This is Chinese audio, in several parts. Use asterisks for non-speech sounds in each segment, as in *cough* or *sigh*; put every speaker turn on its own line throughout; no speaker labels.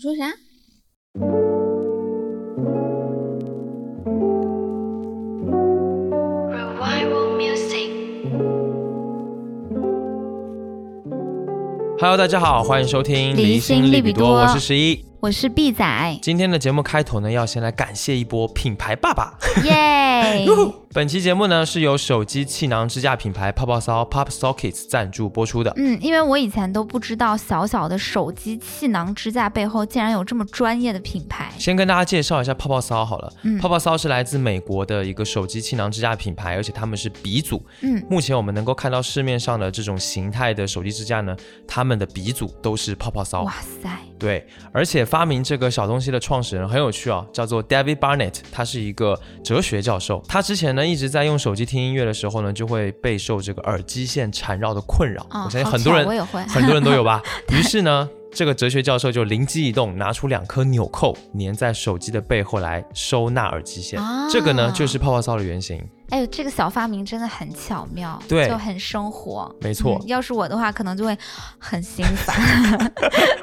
你说啥？
Revival Music.
Hello，大家好，欢迎收听
离心利比多
我是十一。
我是 B 仔，
今天的节目开头呢，要先来感谢一波品牌爸爸。 *laughs*
耶！
本期节目呢是由手机气囊支架品牌泡泡骚 Pop Sockets 赞助播出的。
嗯，因为我以前都不知道小小的手机气囊支架背后竟然有这么专业的品牌。
先跟大家介绍一下泡泡骚好了，
嗯
泡泡骚是来自美国的一个手机气囊支架品牌，而且他们是鼻祖。
嗯，
目前我们能够看到市面上的这种形态的手机支架呢，他们的鼻祖都是泡泡骚。
哇塞，
对，而且发明这个小东西的创始人很有趣啊，叫做 David Barnett，他是一个哲学教授。他之前呢一直在用手机听音乐的时候呢，就会备受这个耳机线缠绕的困扰。
啊、
我相信
好
很多
巧
人。
我也会
*laughs* 很多人都
*laughs*
有吧。于是呢，这个哲学教授就灵机一动，拿出两颗纽扣粘在手机的背后来收纳耳机线。
啊
这个呢就是泡泡骚的原型。
哎呦，这个小发明真的很巧妙，
对
就很生活，
没错
嗯要是我的话，可能就会很心烦，
*laughs*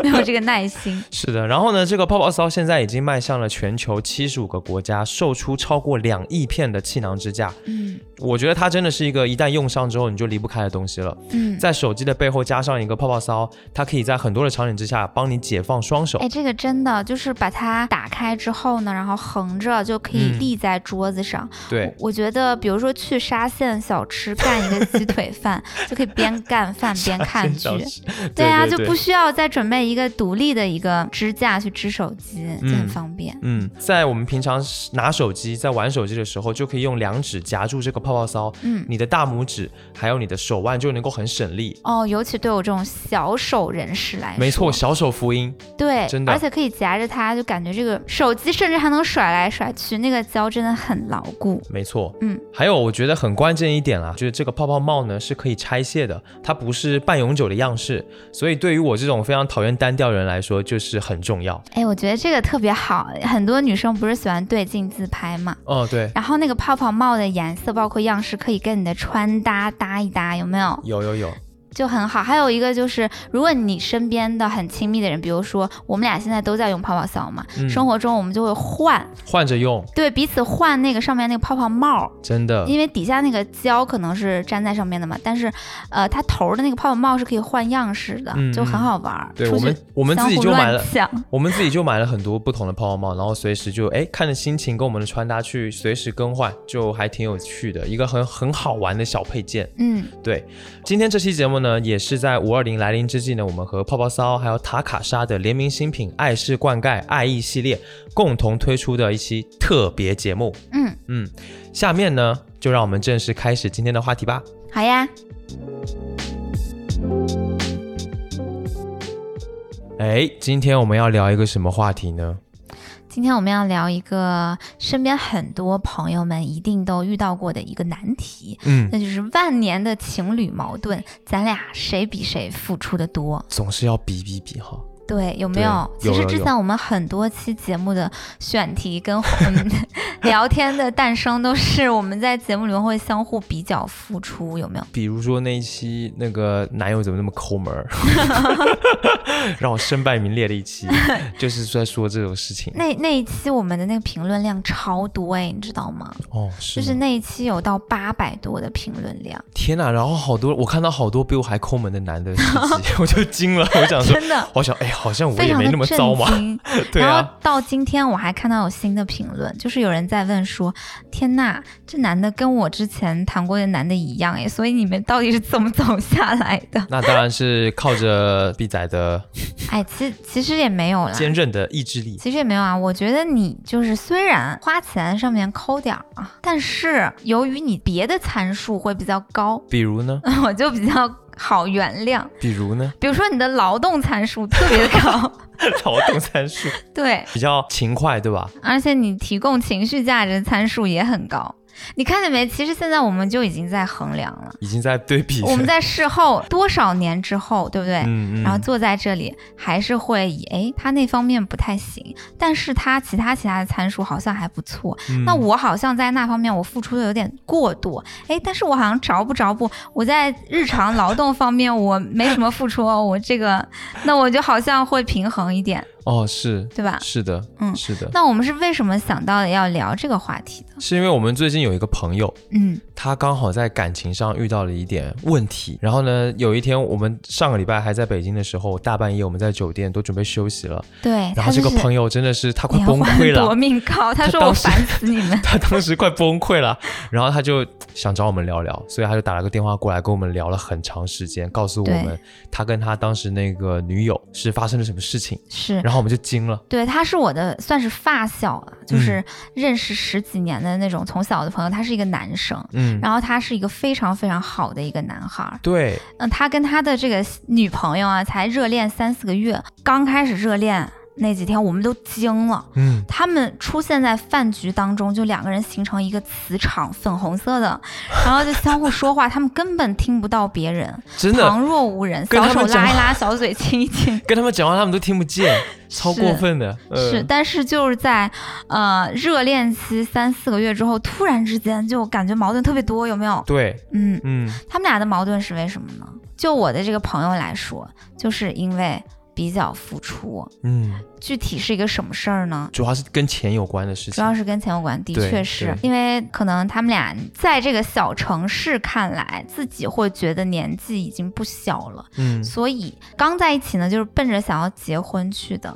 没有这个耐心。
是的，然后呢，这个泡泡骚现在已经迈向了全球七十五个国家，售出超过两亿片的气囊支架。
嗯
我觉得它真的是一个一旦用上之后你就离不开的东西了。
嗯，
在手机的背后加上一个泡泡骚，它可以在很多的场景之下帮你解放双手
哎，。这个真的就是把它打开之后呢，然后横着就可以
嗯
立在桌子上，
对，
我觉得，比如说去沙县小吃干一个鸡腿饭，就可以边干饭边看剧。
对
啊，
对
就
对
不需要再准备一个独立的一个支架去支手机，就
嗯
很方便。
嗯，在我们平常拿手机在玩手机的时候，就可以用两指夹住这个泡泡骚，
嗯，
你的大拇指还有你的手腕就能够很省力。
哦，尤其对我这种小手人士来说，
没错，，小手福音，
对，
真的
而且可以夹着它，就感觉这个手机甚至还能甩来甩去，那个胶真的很牢固。
没错。
嗯，
还有我觉得很关键一点啦，就是这个泡泡帽呢是可以拆卸的，它不是半永久的样式，所以对于我这种非常讨厌单调的人来说，就是很重要。
哎，我觉得这个特别好，很多女生不是喜欢对镜自拍嘛，
哦，对，
然后那个泡泡帽的颜色包括样式可以跟你的穿搭搭一搭，有没有？
有有有，
就很好。还有一个就是，如果你身边的很亲密的人，比如说我们俩现在都在用泡泡骚嘛，
嗯
生活中我们就会换，
换着用，
对彼此换那个上面那个泡泡帽，
真的。
因为底下那个胶可能是粘在上面的嘛，但是呃，它头儿的那个泡泡帽是可以换样式的，
嗯
就很好玩儿。
对
出
我
去
们，我们自己
相互
就买
乱
了，
想
我们自己就买了很多不同的泡泡帽，然后随时就哎看着心情跟我们的穿搭去随时更换，就还挺有趣的，一个很很好玩的小配件。
嗯，
对，今天这期节目呢，也是在五二零来临之际呢，我们和泡泡骚还有塔卡莎的联名新品爱是灌溉爱意系列共同推出的一期特别节目。
嗯
嗯，下面呢就让我们正式开始今天的话题吧。
好呀，
哎，今天我们要聊一个什么话题呢？
今天我们要聊一个身边很多朋友们一定都遇到过的一个难题，
嗯，
那就是万年的情侣矛盾，咱俩谁比谁付出的多？
总是要比比比哈。
对，有没有？
对有
其实
有
之
有
前我们很多期节目的选题跟嗯 *laughs* 聊天的诞生，都是我们在节目里面会相互比较付出，有没有？
比如说那一期那个男友怎么那么抠门 *laughs* 儿，让我身败名裂的一期， *laughs* 就是在说这种事情。
那那一期我们的那个评论量超多哎，你知道吗？
哦，
就是是
吗
那一期有到八百多的评论量，
天哪！然后好多我看到好多比我还抠门的男的事
*laughs*
迹，我就惊了，我想说，
真的。
我想哎，好像我
非
也
常
没
的
那么
震
糟嘛。
惊，
*laughs* 对
然后
啊，
到今天我还看到有新的评论，就是有人在问说：“天呐，这男的跟我之前谈过的男的一样哎，所以你们到底是怎么走下来
*laughs*
的
那当然是靠着 B 仔
*laughs*
的？”
哎，其其实也没有啦。
坚韧的意志力。
其实也没有啊，我觉得你就是虽然花钱上面抠点儿啊，但是由于你别的参数会比较高， *laughs*
比如呢？
我就比较好原谅。
比如呢？
比如说你的劳动参数特别的高，
*laughs* 劳动参数
对，
比较勤快，对吧？
而且你提供情绪价值的参数也很高。你看见没？其实现在我们就已经在衡量了，
已经在对比。
我们在事后多少年之后，对不对？
嗯嗯，
然后坐在这里，还是会以哎，他那方面不太行，但是他其他其他的参数好像还不错。
嗯
那我好像在那方面我付出的有点过多，哎，但是我好像着不着不，我在日常劳动方面我没什么付出哦，我这个，那我就好像会平衡一点。
哦，是
对吧？
是的，
嗯
是的，
那我们是为什么想到要聊这个话题的？
是因为我们最近有一个朋友，
嗯
他刚好在感情上遇到了一点问题，然后呢，有一天我们上个礼拜还在北京的时候，大半夜我们在酒店都准备休息了，，
对，
然后这个
友
朋友真的是他
*laughs*
快
连
崩溃
环
了
夺，命高，他
他
说
当
我
时。
烦死你们
*laughs* 他当时快崩溃了，然后他就想找我们聊聊，所以他就打了个电话过来跟我们聊了很长时间，告诉我
对
们他跟他当时那个女友是发生了什么事情，
是
然后我们就惊了，
*laughs* 对，他是我的算是发小了，
嗯
就是认识十几年的那种从小的朋友，他是一个男生。
嗯，
然后他是一个非常非常好的一个男孩儿，
对，
嗯，他跟他的这个女朋友啊，才热恋三四个月，刚开始热恋那几天，我们都惊了，
嗯，
他们出现在饭局当中，就两个人形成一个磁场，粉红色的，然后就相互说话，他们根本听不到别人，
真的
旁若无人，
跟
小
他
手
们讲
拉一拉，小嘴亲一
*laughs*
亲。
跟他们讲话他们都听不
*laughs*
见，超过分的，呃
是，但是就是在呃热恋期三四个月之后，突然之间就感觉矛盾特别多，有没有？
对，
嗯，
嗯，
他们俩的矛盾是为什么呢？就我的这个朋友来说，就是因为比较付出。
嗯，
具体是一个什么事儿呢？
主要是跟钱有关的事
主
情
要。是跟钱有关，的
对
确是
对
因为可能他们俩在这个小城市看来，自己会觉得年纪已经不小了，
嗯，
所以刚在一起呢，就是奔着想要结婚去的。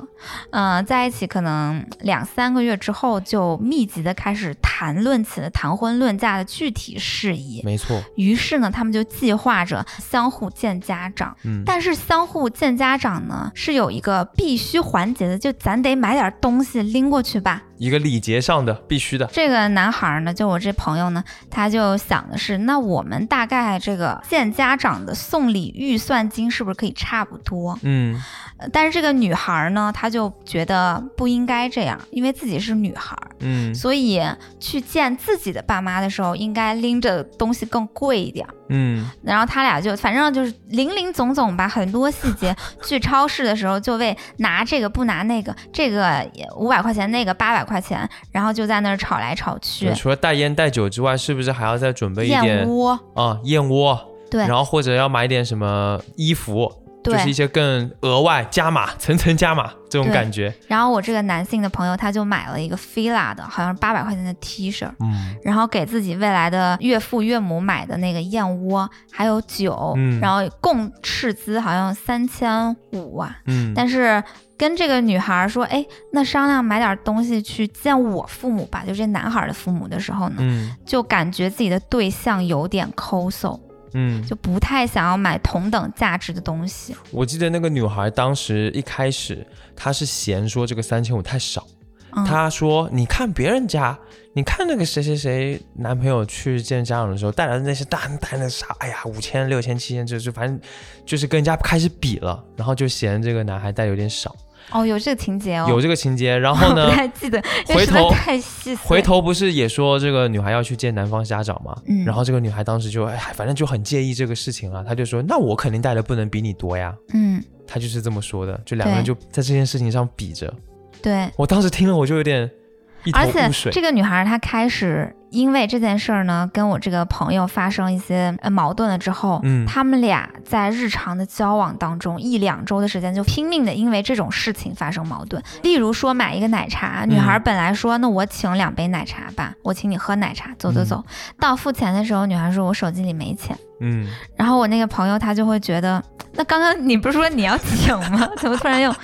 嗯、在一起可能两三个月之后，就密集的开始谈论起了谈婚论嫁的具体事宜。
没错，
于是呢，他们就计划着相互见家长。
嗯，
但是相互见家长呢，是有一个必须环节的，就咱得买点东西拎过去吧。
一个礼节上的必须的，
这个男孩儿呢，就我这朋友呢，他就想的是，那我们大概这个见家长的送礼预算金是不是可以差不多？
嗯，
呃但是这个女孩儿呢，她就觉得不应该这样，因为自己是女孩儿，
嗯
所以去见自己的爸妈的时候，应该拎着东西更贵一点儿。
嗯，
然后他俩就反正就是零零总总吧，很多细
*laughs*
节。去超市的时候就为拿这个不拿那个，这个五百块钱，那个八百块钱，然后就在那儿吵来吵去
对，除了带烟带酒之外，是不是还要再准备一
燕
点
窝。
啊燕窝？
对
然后或者要买点什么衣服，就
对
是一些更额外加码、层层加码这种
对
感觉。
然后我这个男性的朋友他就买了一个 fila 的，好像是八百块钱的 T 恤，
嗯，
然后给自己未来的岳父岳母买的那个燕窝，还有酒，
嗯
然后共斥资好像三千五啊。
嗯，
但是跟这个女孩说，哎，那商量买点东西去见我父母吧，就这男孩的父母的时候呢，
嗯
就感觉自己的对象有点抠搜，
嗯，
就不太想要买同等价值的东西。
我记得那个女孩当时一开始她是嫌说这个三千五太少，
嗯，
她说：“你看别人家，你看那个谁谁谁男朋友去见家长的时候带来的那些大带那啥，哎呀，五千、六千、七千，就是反正就是跟人家开始比了，然后就嫌这个男孩带有点少，
哦，有这个情节哦，
有这个情节。然后呢
我 *laughs* 不，太记得，因
回
为实在
头
太细碎
回头不是也说这个女孩要去见男方家长嘛？
嗯
然后这个女孩当时就哎，反正就很介意这个事情啊，她就说那我肯定带的不能比你多呀，
嗯，
她就是这么说的，就两个人
对
就在这件事情上比着。
对。
我当时听了我就有点一头
而且
雾水，
这个女孩她开始因为这件事儿呢，跟我这个朋友发生一些呃矛盾了之后，
嗯
他们俩在日常的交往当中一两周的时间就拼命的因为这种事情发生矛盾。例如说买一个奶茶，女
嗯
孩本来说、那我请两杯奶茶吧，我请你喝奶茶，走走走。到付钱的时候，女孩说我手机里没钱。
嗯，
然后我那个朋友他就会觉得，那刚刚你不是说你要请吗？怎么突然又？ *laughs*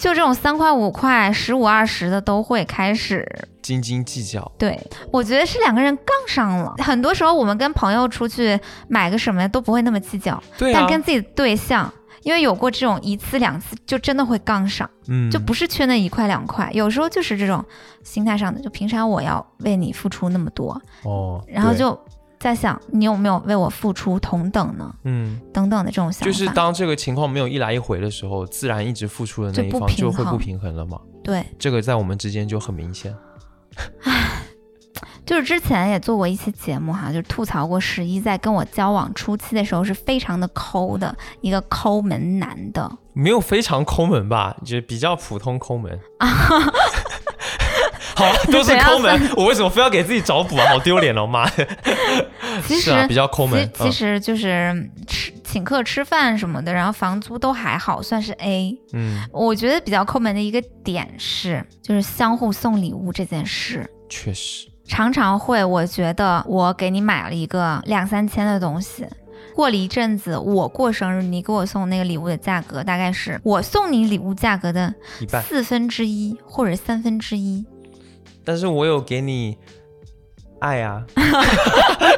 就这种三块五块、十五二十的都会开始
斤斤计较，
对，我觉得是两个人杠上了。很多时候我们跟朋友出去买个什么都不会那么计较，
对啊
但，跟自己的对象，因为有过这种一次两次，就真的会杠上，
嗯，
就不是缺那一块两块，有时候就是这种心态上的。就凭啥我要为你付出那么多？
哦，
然后
对
就在想你有没有为我付出同等呢？
嗯，
等等的这种想法，
就是当这个情况没有一来一回的时候，自然一直付出的那
就
一
不
方
平
就会不
衡
平衡了嘛。
对，
这个在我们之间就很明显，
就是之前也做过一期节目哈，就吐槽过十一在跟我交往初期的时候是非常的抠的一个抠门男的。
没有非常抠门吧，就比较普通
*laughs*
抠门。好啊，都是抠门，我为什么非要给自己找补啊？好丢脸哦，妈的！
其实、
是啊，比较抠门。
其其实就是吃、请客吃饭什么的，然后房租都还好，算是 A。
嗯，
我觉得比较抠门的一个点是，就是相互送礼物这件事。
确实，
常常会，我觉得我给你买了一个两三千的东西，过了一阵子，我过生日，你给我送那个礼物的价格大概是我送你礼物价格的
一半。
四分之一或者三分之一。
但是我有给你爱
*laughs*
啊，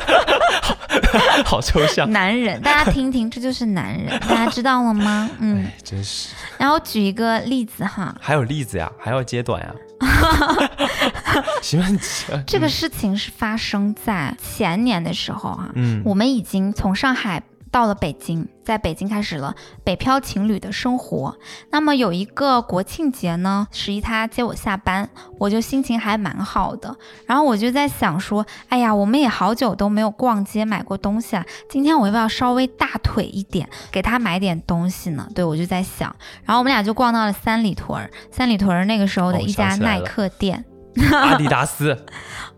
*laughs* 好抽象。
男人，大家听听，这就是男人，大家知道了吗？
*laughs*
嗯，
哎，真是。
然后举一个例子哈，
还有例子呀，还要揭短
*laughs*
呀。行吧，你
这
嗯
个事情是发生在前年的时候啊，
嗯，
我们已经从上海到了北京，在北京开始了北漂情侣的生活。那么有一个国庆节呢，十一他接我下班，我就心情还蛮好的。然后我就在想说，哎呀，我们也好久都没有逛街买过东西了，啊今天我要不要稍微大腿一点，给他买点东西呢？对我就在想，然后我们俩就逛到了三里屯儿，三里屯儿那个时候
哦
的
我
一
想
家
起来
耐
了
克店，
阿迪达斯，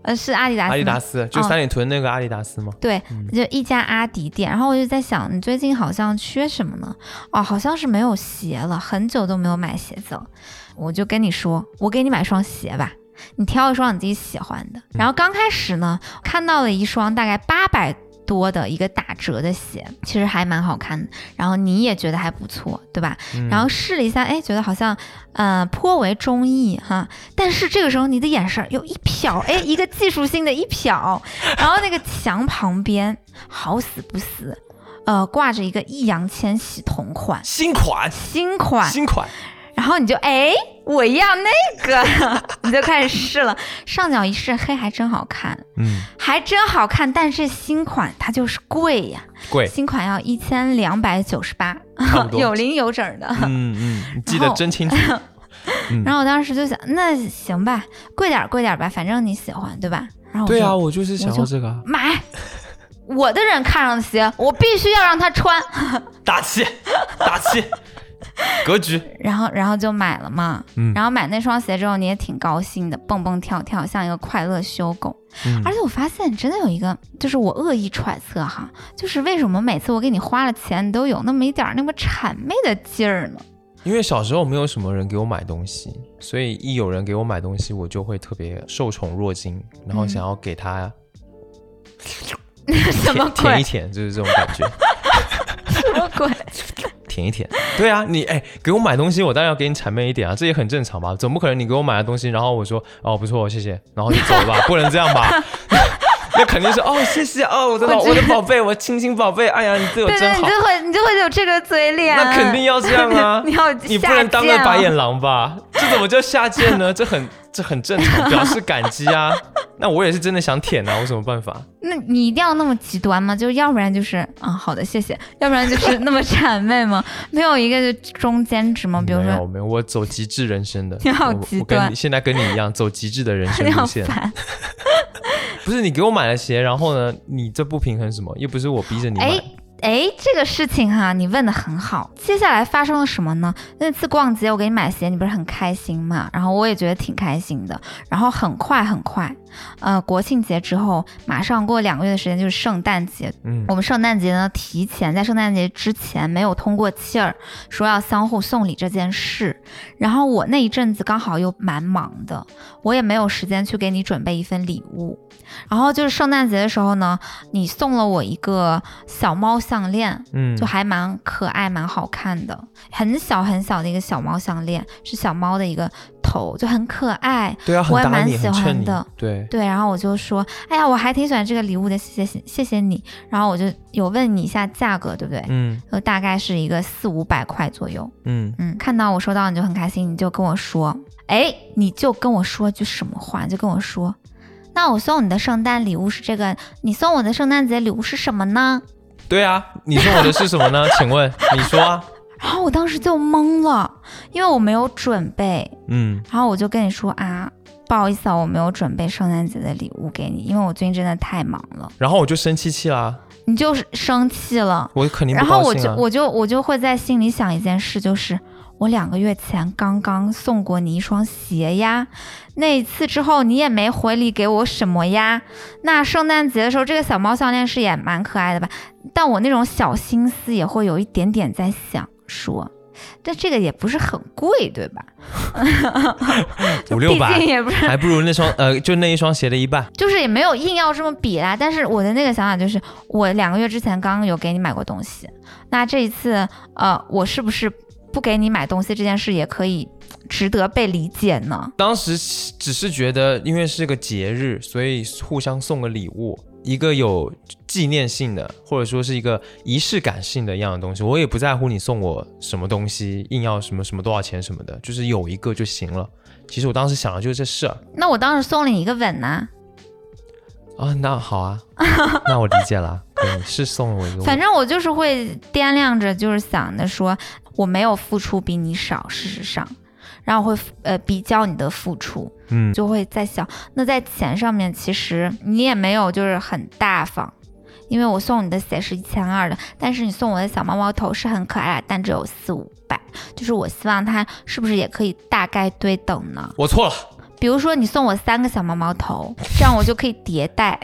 呃，是阿迪达斯吗，
阿迪达斯，就
哦
三里屯那个阿迪达斯吗？
对
嗯，
就一家阿迪店，然后我就在想，你最近好像缺什么呢？哦，好像是没有鞋了，很久都没有买鞋子了。我就跟你说，我给你买双鞋吧，你挑一双你自己喜欢的。
嗯
然后刚开始呢，看到了一双大概八百多的一个打折的鞋，其实还蛮好看的。然后你也觉得还不错，对吧？
嗯
然后试了一下，哎，觉得好像呃颇为中意哈。但是这个时候你的眼神儿又一瞟，哎，一个技术性的一瞟，然后那个墙旁边好死不死，呃，挂着一个易烊千玺同款
新款，
新款，
新款，
然后你就哎，我要那个， *laughs* 你就开始试了。上脚一试，嘿，还真好看，
嗯，
还真好看。但是新款它就是贵呀， *laughs*
贵，
新款要一千两百九十八，
差不多
有零有整的。
嗯嗯，你记得
然后
真清楚。嗯
然后我当时就想，那行吧，贵点儿贵点儿吧，反正你喜欢对吧？然后我
*laughs* 对
就
啊，我就是想
我
要
就
这个啊， *laughs*
买。我的人看上的鞋，我必须要让他穿，
打
*laughs*
气，打气，格局，
然后然后就买了嘛。
嗯
然后买那双鞋之后，你也挺高兴的，蹦蹦跳跳，像一个快乐修狗。
嗯
而且我发现真的有一个，就是我恶意揣测哈，就是为什么每次我给你花了钱，你都有那么一点儿那么谄媚的劲儿
*laughs*
呢？
嗯因为小时候没有什么人给我买东西，所以一有人给我买东西，我就会特别受宠若惊，然
嗯
后想要给他
什么
舔舔
鬼？
一舔，就是这种感觉，
什么
*laughs*
鬼？
舔一舔。对啊，你哎，给我买东西，我当然要给你谄媚一点啊，这也很正常吧？总不可能你给我买的东西，然后我说哦不错，谢谢，然后就走了
*laughs*
吧？不能这样吧？ *laughs* 那肯定是哦，谢谢哦，我的老
我知
我的宝贝，我亲亲宝贝，哎呀，你对我
对
真
对，你
好，
就会你就会有这个嘴脸，
那肯定要这样
*laughs*！
啊
你要
你不
下
能当个
贱啊
白眼狼吧？这怎么叫下贱呢？这很这很正
*laughs*
常，表示感激啊。那我也是真的想舔啊，我有什么办法？
那你一定要那么极端吗？就是要不然就是啊、好的谢谢，要不然就是那么谄媚吗？没有一个就中间值吗？哦比如 *laughs*
没有
说
没有，我走极致人生的，
你好
我
极
我跟你
端
现在跟你一样走极致的人生
*laughs* 你好
路线。
烦，
不是你给我买了鞋，然后呢，你这不平衡什么？又不是我逼着你买。
哎。哎，这个事情哈、你问的很好。接下来发生了什么呢？那次逛街，我给你买鞋，你不是很开心嘛？然后我也觉得挺开心的。然后很快很快，呃，国庆节之后，马上过两个月的时间就是圣诞节，
嗯
我们圣诞节呢，提前在圣诞节之前没有通过气儿，说要相互送礼这件事。然后我那一阵子刚好又蛮忙的，我也没有时间去给你准备一份礼物。然后就是圣诞节的时候呢，你送了我一个小猫项链，
嗯
就还蛮可爱、蛮好看的，很小很小的一个小猫项链，是小猫的一个头，就很可爱。
对啊，很
我也
搭
蛮
你，
喜
很衬
欢
你
的。
对，
对，然后我就说，哎呀，我还挺喜欢这个礼物的，谢谢谢谢你。然后我就有问你一下价格，对不对？
嗯
就大概是一个四五百块左右。
嗯，
嗯，看到我收到你就很开心，你就跟我说，哎，你就跟我说句什么话，就跟我说，那我送你的圣诞礼物是这个，你送我的圣诞节礼物是什么呢？
对啊，你送我的是什么呢？ *laughs* 请问你说啊？
然后我当时就懵了，因为我没有准备。
嗯，
然后我就跟你说啊，不好意思啊，我没有准备圣诞节的礼物给你，因为我最近真的太忙了。
然后我就生气气啦，
你就是生气了。
我肯定不
然后
高
我
兴
就
啊。
我就我就会在心里想一件事，就是我我两个月前刚刚送过你一双鞋呀，那一次之后你也没回礼给我什么呀。那圣诞节的时候，这个小猫项链是也蛮可爱的吧？但我那种小心思也会有一点点在想说。但这个也不是很贵，对吧？
五六
毕竟
百，
也不是，
还不如那双呃，就那一双鞋的一半。
就是也没有硬要这么比啦。但是我的那个想法就是，我两个月之前刚刚有给你买过东西，那这一次，呃，我是不是不给你买东西这件事也可以值得被理解呢？
当时只是觉得，因为是个节日，所以互相送个礼物，一个有纪念性的，或者说是一个仪式感性的一样的东西。我也不在乎你送我什么东西，硬要什么什么多少钱什么的，就是有一个就行了。其实我当时想的就是啊这事儿
那我当时送了你一个吻呐、
啊，那好啊，那我理解了，对，是送了我一个吻，
反正我就是会掂量着，就是想着说我没有付出比你少，事实上，然后会呃比较你的付出，
嗯，
就会在想，那在钱上面其实你也没有就是很大方，因为我送你的鞋是一千二的，但是你送我的小猫猫头是很可爱的，但只有四五百，就是我希望它是不是也可以大概对等呢？
我错了，
比如说你送我三个小猫猫头，这样我就可以迭代。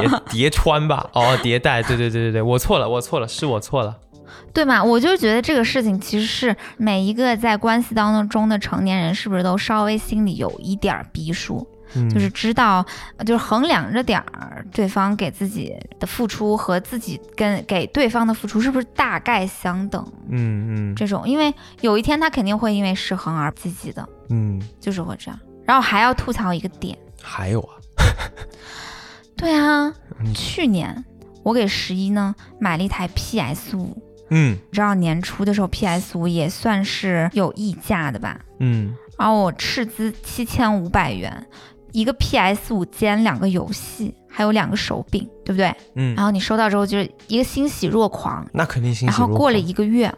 叠叠穿吧，哦，迭代，对对对对对，我错了，我错了，是我错了，
对嘛？我就觉得这个事情其实是每一个在关系当中的成年人，是不是都稍微心里有一点儿逼数，
嗯，
就是知道，呃就是衡量着点儿对方给自己的付出和自己跟给对方的付出是不是大概相等
嗯嗯
这种，因为有一天他肯定会因为失衡而积极的，
嗯，
就是会这样。然后还要吐槽一个点，
还有啊，
对啊，
嗯
去年我给十一呢买了一台 PS 五，
嗯
你知道年初的时候 PS 五也算是有溢价的吧？
嗯。
然后我斥资七千五百元，一个 PS 五兼两个游戏，还有两个手柄，对不对？
嗯
然后你收到之后就是一个欣喜若狂，
那肯定欣
然
喜
后
若狂。
过了一个月。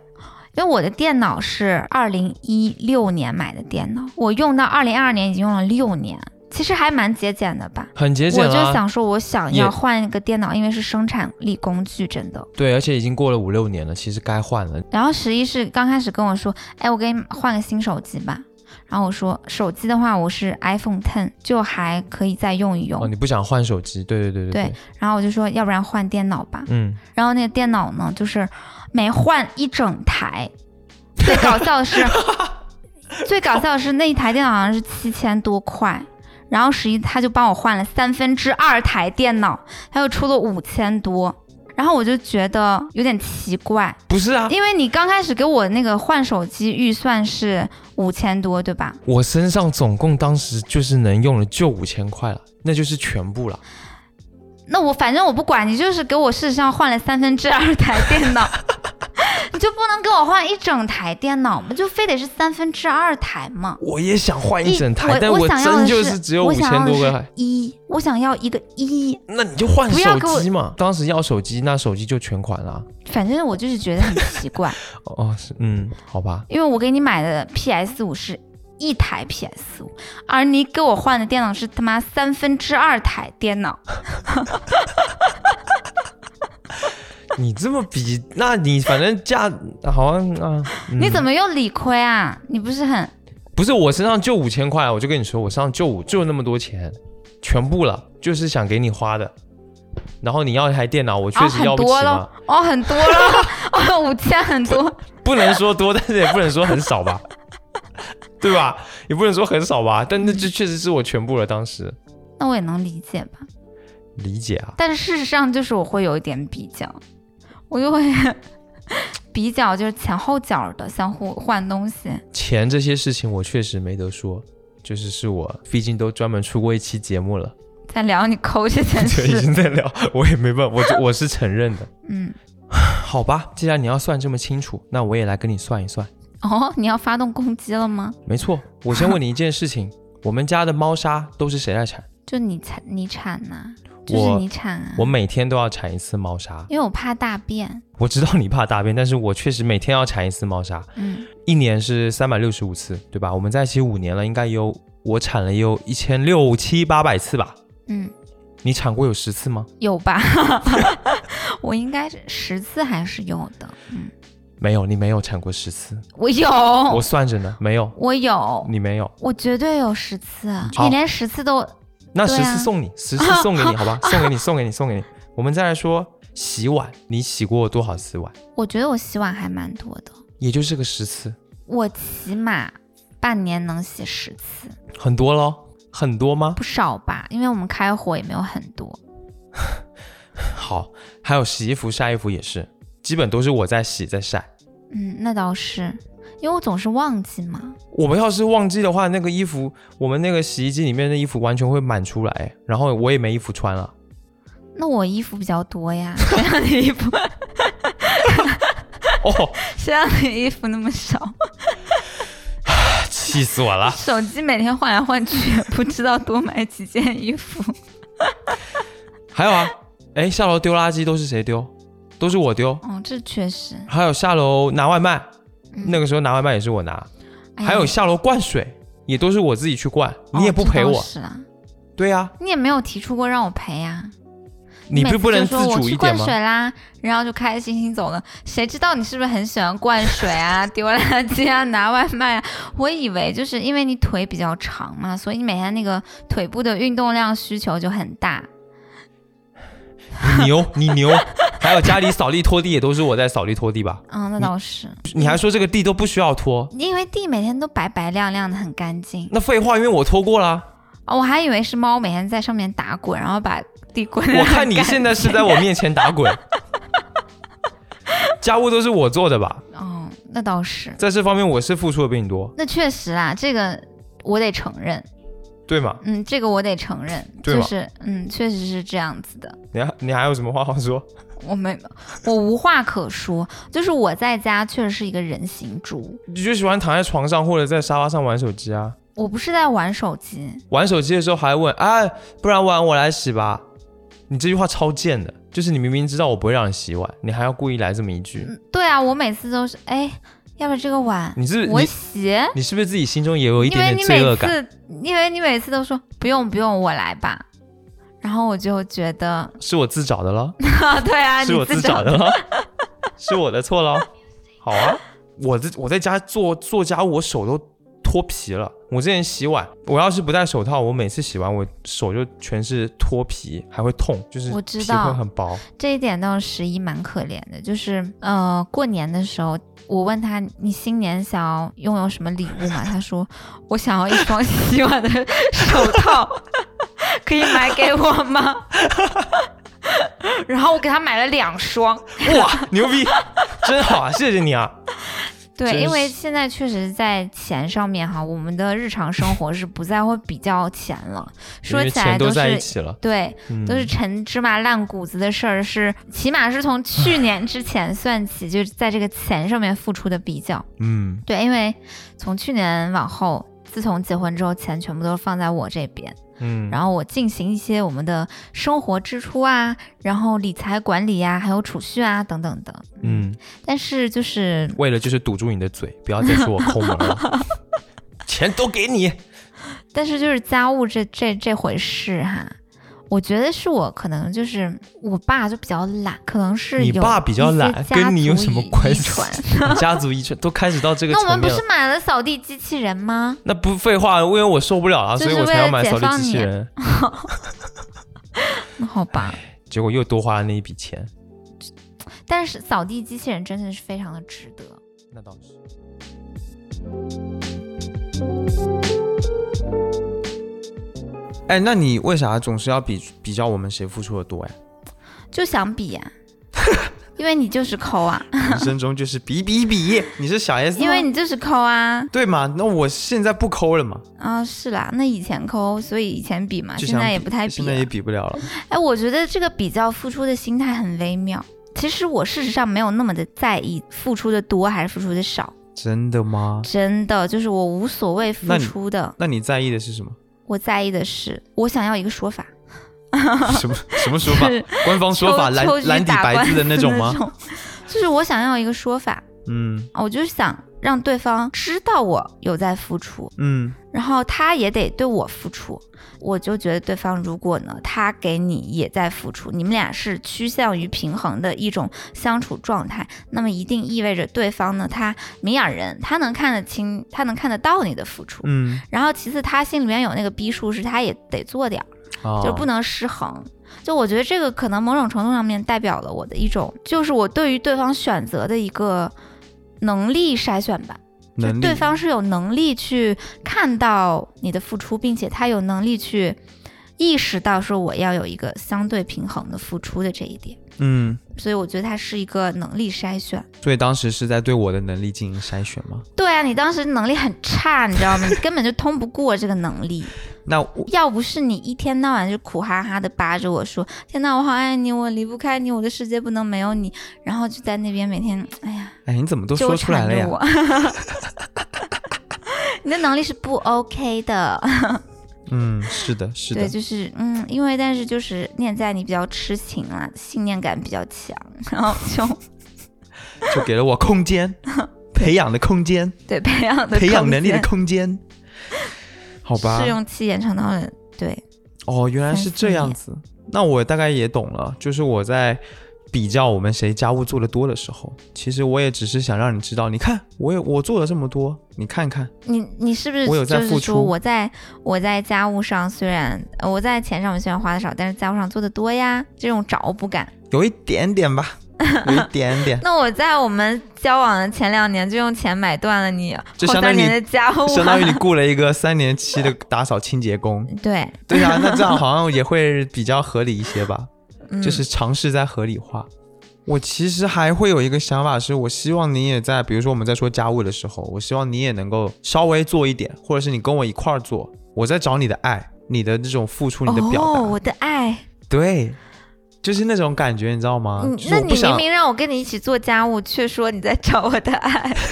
因为我的电脑是二零一六年买的电脑，我用到二零二二年已经用了六年，其实还蛮节俭的吧。
很节
我
俭
就
了啊，
想说，我想
也
要换一个电脑，因为是生产力工具，真的。
对，而且已经过了五六年了，其实该换了。
然后十一是刚开始跟我说，哎，我给你换个新手机吧。然后我说手机的话，我是 iPhone Ten，就还可以再用一用。
哦，你不想换手机？对对对对
对然后我就说，要不然换电脑吧。
嗯，
然后那个电脑呢，就是没换一整
*laughs*
台。最搞笑的是，最搞笑的是那一台电脑好像是七千多块，然后十一他就帮我换了三分之二台电脑，他又出了五千多。然后我就觉得有点奇怪，
不是啊，
*laughs* 因为你刚开始给我那个换手机预算是五千多，对吧？
我身上总共当时就是能用了就五千块了，那就是全部了。
那我反正我不管你，就是给我事实上换了三分之二台电
*laughs*
脑，你就不能给我换一整台电脑吗？就非得是三分之二台吗？
我也想换一整台，
我
但
我想要
真
的
就是只有五
我想
千
要的
多
是
个。
一，我想要一个一，
那你就换
不要
手
给我
机嘛。当时要手机，那手机就全款了。
反正我就是觉得很奇
*laughs*
怪，
哦，是，嗯，好吧，
因为我给你买的 PS 五是一台 PS 五，而你给我换的电脑是他妈三分之二台电脑，
*laughs* 你这么比，那你反正价好像啊，嗯
你怎么又理亏啊？你不是很
不是我身上就五千块，我就跟你说，我身上就五就那么多钱，全部了，就是想给你花的。然后你要一台电脑，我确
哦，
实
很
要不起
多
嘛
咯，，哦，很多咯， *laughs* 哦，五千很多， *laughs*
不能说多，但是也不能说很少吧，对吧？也不能说很少吧，但那这确实是我全部了。当时
那我也能理解吧。
理解啊，
但是事实上就是我会有一点比较，我就会 *laughs* 比较就是前后脚的相互换东西。
钱这些事情我确实没得说，就是是我，毕竟都专门出过一期节
*laughs*
目了，
在聊你抠这件
就已
事，
经在聊，我也没办法，我我是承认的。
嗯，
好吧，既然你要算这么清楚，那我也来跟你算一算。
哦，你要发动攻击了吗？
没错，我先问你一件
*laughs*
事情：我们家的猫砂都是谁来铲？
就你产你产呐、就是
我
你产啊，
我每天都要铲一次猫砂。
因为我怕大便，
我知道你怕大便，但是我确实每天要铲一次猫砂，
嗯，
一年是三百六十五次，对吧？我们在一起五年了，应该有我铲了有一千六七八百次吧？
嗯，
你铲过有十
*laughs*
次吗？
有吧？我应该是十次还是有的，嗯，
没有，你没有产过十次，
我有，
我
我
算着呢，没有，
有，
你没有。
我绝对有十次，
哦
你连十次都
那
对
十
啊
次送你，
*laughs*
十次送给你，好吧，送给你，送给你，送给你。我们再来说洗碗，你洗过多少次碗？
我觉得我洗碗还蛮多的，
也就是个十次，
我起码半年能洗十次，
很多咯，很多吗？
不少吧？因为我们开火也没有很多。
好，还有洗衣服、晒衣服也是，基本都是我在洗在晒。
嗯，那倒是，因为我总是忘记嘛。
我们要是忘记的话，那个衣服，我们那个洗衣机里面的衣服完全会满出来，然后我也没衣服穿了。
那我衣服比较多呀， *laughs* 谁让你衣服，
*laughs* 哦，
谁让你衣服那么
*laughs*
少？
气死我了！
手机每天换来换去，也不知道多买几件衣
*laughs*
服。
还有啊，哎，下楼丢垃圾都是谁丢？都是我丢。
哦，这确实。
还有下楼拿外卖，
嗯
那个时候拿外卖也是我拿。
哎呀
还有下楼灌水，也都是我自己去灌，
哦
你也不
这
陪
倒
我。
是啊，
对呀、
你也没有提出过让我啊陪呀、
你
每
不
次
不能
就
自
说我
主
去
一
灌
点吗？
水 *laughs* 啦，然后就开开心心走了。谁知道你是不是很喜欢灌水啊、 *laughs* 丢垃圾啊、拿外卖啊？我以为就是因为你腿比较长嘛，所以你每天那个腿部的运动量需求就很大。
你牛，你牛。还有家里扫地拖地也都是我在扫地拖地吧？
嗯，那倒是，
你还说这个地都不需要拖？
因为地每天都白白亮亮的，很干净、
那废话，因为我拖过
*laughs*
啦。
哦。我还以为是猫每天在上面打滚，然后把地滚得
我
很干净。
看你现在是在我面前打
*laughs*
滚。家务都是我做的吧？
哦，那倒是，
在这方面我是付出的比你多，
那确实啦，这个我得承认。
对吗？
嗯，这个我得承认，
对
就
吧
是嗯，确实是这样子的。
你还你还有什么话好说？
我没，我无话可说。就是我在家确实是一个人形猪，
你就喜欢躺在床上或者在沙发上玩手机啊？
我不是在玩手机，
玩手机的时候还问，哎，不然碗我来洗吧。你这句话超贱的，就是你明明知道我不会让你洗碗，你还要故意来这么一句。
嗯，对啊，我每次都是，哎，要不要这个碗？
你是
我
你
洗，
你是不是自己心中也有一
因
点
为你
点
每
罪恶感？
次，因为你每次都说不用不用，我来吧，然后我就觉得，
是我自找的了，
啊，对啊，
是我
你
自
找
找
*laughs*
的了，是我的错了。好啊，我在我在家做做家务，我手都脱皮了。我之前洗碗，我要是不戴手套，我每次洗完我手就全是脱皮，还会痛，就是
我知
皮会
道
很薄。
这一点倒是十一蛮可怜的，就是呃，过年的时候，我问他你新年想要拥有什么礼物 *laughs* 嘛？他说我想要一双洗碗的手套， *laughs* 可以买给我吗？ *laughs* 然后我给他买了两双，
哇，牛逼， *laughs* 真好啊！谢谢你啊。真
对，因为
是
现在确实在钱上面哈，我们的日常生活是不再会比较钱了，说
因为
起来
钱都
都
在一
是。
起了，
对，
嗯
都是陈芝麻烂谷子的事儿，是起码是从去年之前算起，就是在这个钱上面付出的比较。
嗯，
对，因为从去年往后，自从结婚之后，钱全部都是放在我这边，
嗯
然后我进行一些我们的生活支出啊，然后理财管理呀、还有储蓄啊等等的。，
嗯，
但是就是
为了就是堵住你的嘴，不要再说我抠门了， *laughs* 钱都给你。 *laughs*
但是就是家务这这这回事哈、我觉得是我可能就是我爸就比较懒，可能是
你
有
爸比较
一些
懒
家
跟你有
族
什么
遗
关
遗
系
传
家族遗传都开始到这个
*laughs* 那我
层
们不
面了
是，买了扫地机器人吗？
那不废话，因为我受不了了，啊
就
所以
是
我才
为
要
了
买
解
扫地
放
机器
你
人，
那好吧，
结果又多花了那一笔钱。
但是扫地机器人真的是非常的值得。
那倒是。哎，那你为啥总是要比比较我们谁付出
*laughs*
的多呀？
就想比
*laughs*
呀、因为你就是抠啊，
人生中就是比比比，你是小 S 吗
因为你就是抠啊，
对嘛？那我现在不抠了嘛，
啊是啦，那以前抠，所以以前比嘛，
就
现
想
在也不太比
现在也
了。
比不了
*laughs*
了。
哎，我觉得这个比较付出的心态很微妙。其实我事实上没有那么的在意付出的多还是付出的少，
真的吗？
真的就是我无所谓付
那你
出的，
那你在意的
*laughs*
是什么？
我在意的是我想要一个说法。
什么什么说法
是？
*laughs* 官方说法
秋
蓝
秋菊
蓝底
打
白
官
字的
司 *laughs*
那种吗？
就是我想要一个说法，
嗯
我就想让对方知道我有在付出，
嗯
然后他也得对我付出。我就觉得对方如果呢，他给你也在付出，你们俩是趋向于平衡的一种相处状态，那么一定意味着对方呢，他明眼人，他能看得清，他能看得到你的付出。
嗯
然后其次，他心里面有那个逼数，是他也得做点儿，
哦
啊，
就不能失衡。就我觉得这个可能某种程度上面代表了我的一种，就是我对于对方选择的一个能力筛选吧。就
能力
对方是有能力去看到你的付出，并且他有能力去意识到说我要有一个相对平衡的付出的这一点，
嗯，
所以我觉得它是一个能力筛选。
所以当时是在对我的能力进行筛选吗？
对啊，你当时能力很差，你知道吗？你根本就通不过这个能力。
那我
要不是你一天到晚就苦哈哈的扒着我说：“天呐，我好爱你，我离不开你，我的世界不能没有你。”然后就在那边每天，哎呀，
哎，你怎么都
纠
说出来
缠
了呀
着？我。
*laughs*
你的能力是不 OK 的。
嗯，是的，是
对，
的，
就是嗯，因为但是就是念在你比较痴情啊，信念感比较强，然后就
就给了我
*laughs*
空间，培养的空间，
对培养的
培养
空
能力的
间
空间，好吧
试？用期延长到了对，
哦，原来
三
是
四
这样
年
子，那我大概也懂了，就是我在。比较我们谁家务做的多的时候，其实我也只是想让你知道，你看我也我做了这么多，你看看，
你你是不是
我有在
就
付
是
出
说我在我在家务上虽然呃我在钱上面虽然花的少，但是家务上做的多呀，这种找补感。，
有一点点吧，有一点点
那我在我们交往的前两年就用钱买断了你
就
后
相当
三
于
年
你
的家务、啊，
*laughs* 相当于你雇了一个三年期的打扫清洁工。
*laughs* 对，
对啊，那这样好像也会比较合理一些吧，
嗯、
就是尝试在合理化。我其实还会有一个想法是，我希望你也在，比如说我们在说家务的时候，我希望你也能够稍微做一点，或者是你跟我一块儿做，我在找你的爱，你的这种付出，你的表达，
哦，我的爱。
对，就是那种感觉，你知道吗？
嗯
啊就，是
那
我
你
不
明
想，
明让我跟你一起做家务，却说你在找我的爱。 *laughs*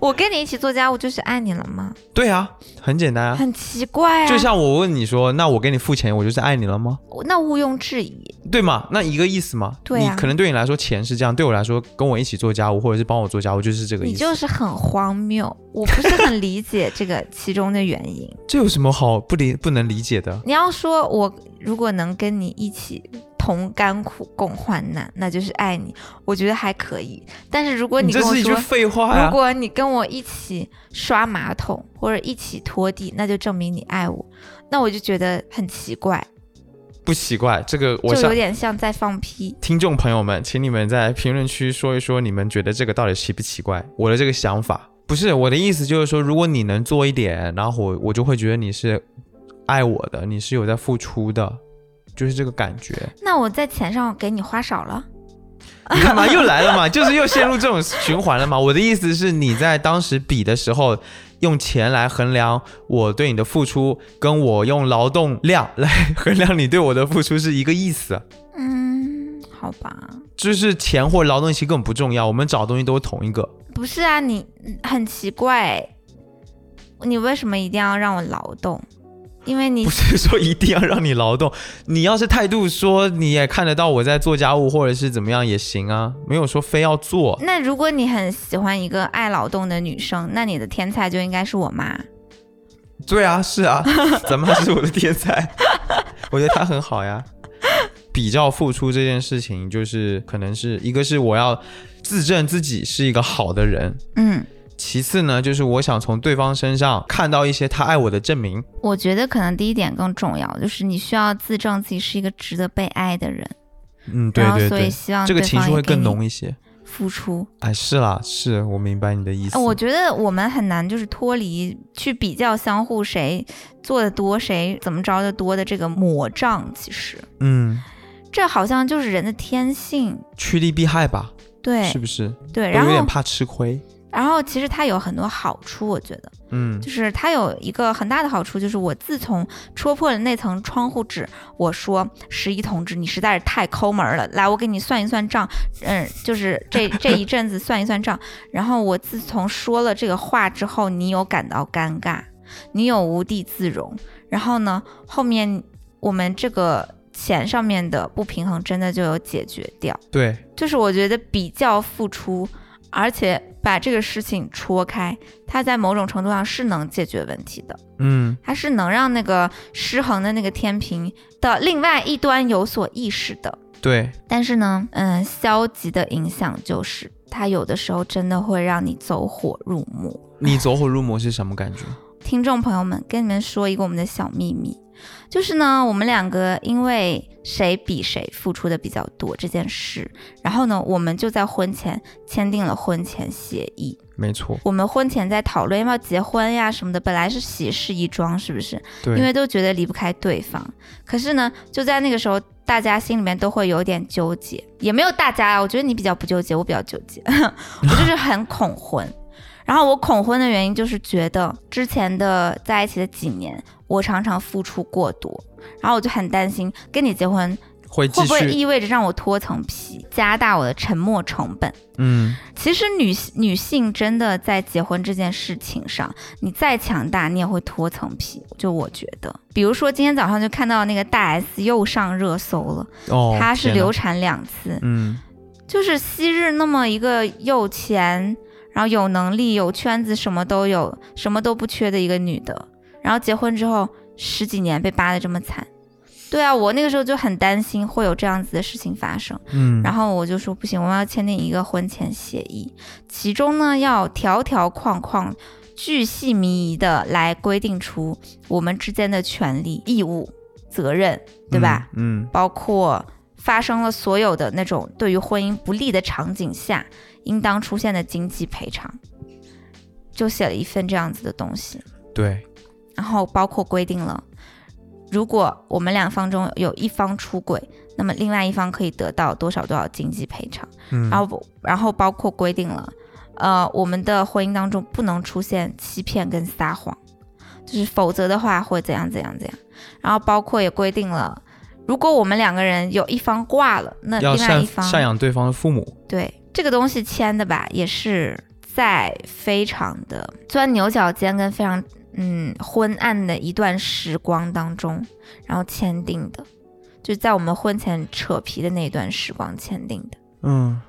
我跟你一起做家务就是爱你了吗？
对啊，很简单啊，
很奇怪啊，
就像我问你说，那我给你付钱，我就是爱你了吗？
那毋庸置疑。
对嘛？那一个意思嘛？
对啊
你可能对你来说钱是这样，对我来说跟我一起做家务或者是帮我做家务就是这个意
你
思。
就是很荒谬，我不是很理解这个其中的原因。 *laughs*
这有什么好不理不能理解的？
你要说我如果能跟你一起同甘苦共患难，那就是爱你，我觉得还可以。但是如果
你
跟
这
我
是一句
说，
废话呀、
如果你跟我一起刷马桶或者一起拖地，那就证明你爱我，那我就觉得很奇怪。
不奇怪，这个我
就有
想
点像在放屁。
听众朋友们，请你们在评论区说一说，你们觉得这个到底奇不奇怪？我的这个想法不是我的意思，就是说，如果你能做一点，然后我我就会觉得你是爱我的，你是有在付出的，就是这个感觉。
那我在钱上给你花少了，
*laughs* 你干嘛又来了嘛？就是又陷入这种循环了嘛？我的意思是，你在当时比的时候，用钱来衡量我对你的付出，跟我用劳动量来衡量你对我的付出是一个意思。
嗯，好吧。
就是钱或劳动其实根本不重要，我们找的东西都是同一个。
不是啊，你嗯很奇怪，你为什么一定要让我劳动？因为你
不是说一定要让你劳动，你要是态度说你也看得到我在做家务或者是怎么样也行啊，没有说非要做。
那如果你很喜欢一个爱劳动的女生，那你的天才就应该是我妈。
对啊，是啊， *laughs* 咱妈是我的天才， *laughs* 我觉得她很好呀。比较付出这件事情，就是可能是一个是我要自证自己是一个好的人，
嗯，
其次呢，就是我想从对方身上看到一些他爱我的证明。
我觉得可能第一点更重要，就是你需要自证自己是一个值得被爱的人，
嗯，对
然后
对
所以
对，
希望
这个
对
情
方
绪
也
会
给
更
你
浓一些。
付出。
哎，是啦，是我明白你的意思。
呃我觉得我们很难就是脱离去比较相互谁做的多，谁怎么着的多的这个魔障。其实
嗯，
这好像就是人的天性，
趋利避害吧，
对
是不是？
对。
我
然
有点
后
怕吃亏。
然后其实它有很多好处，我觉得
嗯
就是它有一个很大的好处，就是我自从戳破了那层窗户纸，我说十一同志你实在是太抠门了，来我给你算一算账，嗯，就是这这一阵子算一算账。然后我自从说了这个话之后，你有感到尴尬，你有无地自容。然后呢，后面我们这个钱上面的不平衡真的就有解决掉。
对，
就是我觉得比较付出，而且把这个事情戳开，它在某种程度上是能解决问题的，
嗯
它是能让那个失衡的那个天平的另外一端有所意识的。
对，
但是呢，嗯，消极的影响就是它有的时候真的会让你走火入魔。
你走火入魔是什么感觉？
听众朋友们，跟你们说一个我们的小秘密，就是呢，我们两个因为谁比谁付出的比较多这件事，然后呢，我们就在婚前签订了婚前协议。
没错，
我们婚前在讨论要不要结婚呀什么的，本来是喜事一桩，是不是？
对，
因为都觉得离不开对方。可是呢，就在那个时候，大家心里面都会有点纠结，也没有大家啊，我觉得你比较不纠结，我比较纠结， *laughs* 我就是很恐婚。然后我恐婚的原因就是觉得之前的在一起的几年，我常常付出过多，然后我就很担心跟你结婚会
会继
不会
续，
意味着让我脱层皮，加大我的沉没成本。
嗯，
其实女女性真的在结婚这件事情上，你再强大，你也会脱层皮。就我觉得，比如说今天早上就看到那个大 S 又上热搜了，
哦，
她是
天哪
流，产两次，
嗯，
就是昔日那么一个有钱，然后有能力、有圈子，什么都有，什么都不缺的一个女的，然后结婚之后十几年被扒得这么惨。对啊，我那个时候就很担心会有这样子的事情发生。
嗯，
然后我就说不行，我们要签订一个婚前协议，其中呢要条条框框、巨细靡遗的来规定出我们之间的权利、义务、责任，对吧？
嗯？嗯，
包括发生了所有的那种对于婚姻不利的场景下应当出现的经济赔偿，就写了一份这样子的东西。
对，
然后包括规定了，如果我们两方中有一方出轨，那么另外一方可以得到多少多少经济赔偿，
嗯，
然后不然后包括规定了，呃，我们的婚姻当中不能出现欺骗跟撒谎，就是否则的话会怎样怎样怎样，然后包括也规定了，如果我们两个人有一方挂了，那
要
另外
赡
一方
赡养对方的父母，
对这个东西签的吧，也是在非常的钻牛角尖跟非常嗯昏暗的一段时光当中，然后签订的，就在我们婚前扯皮的那一段时光签订的。
嗯，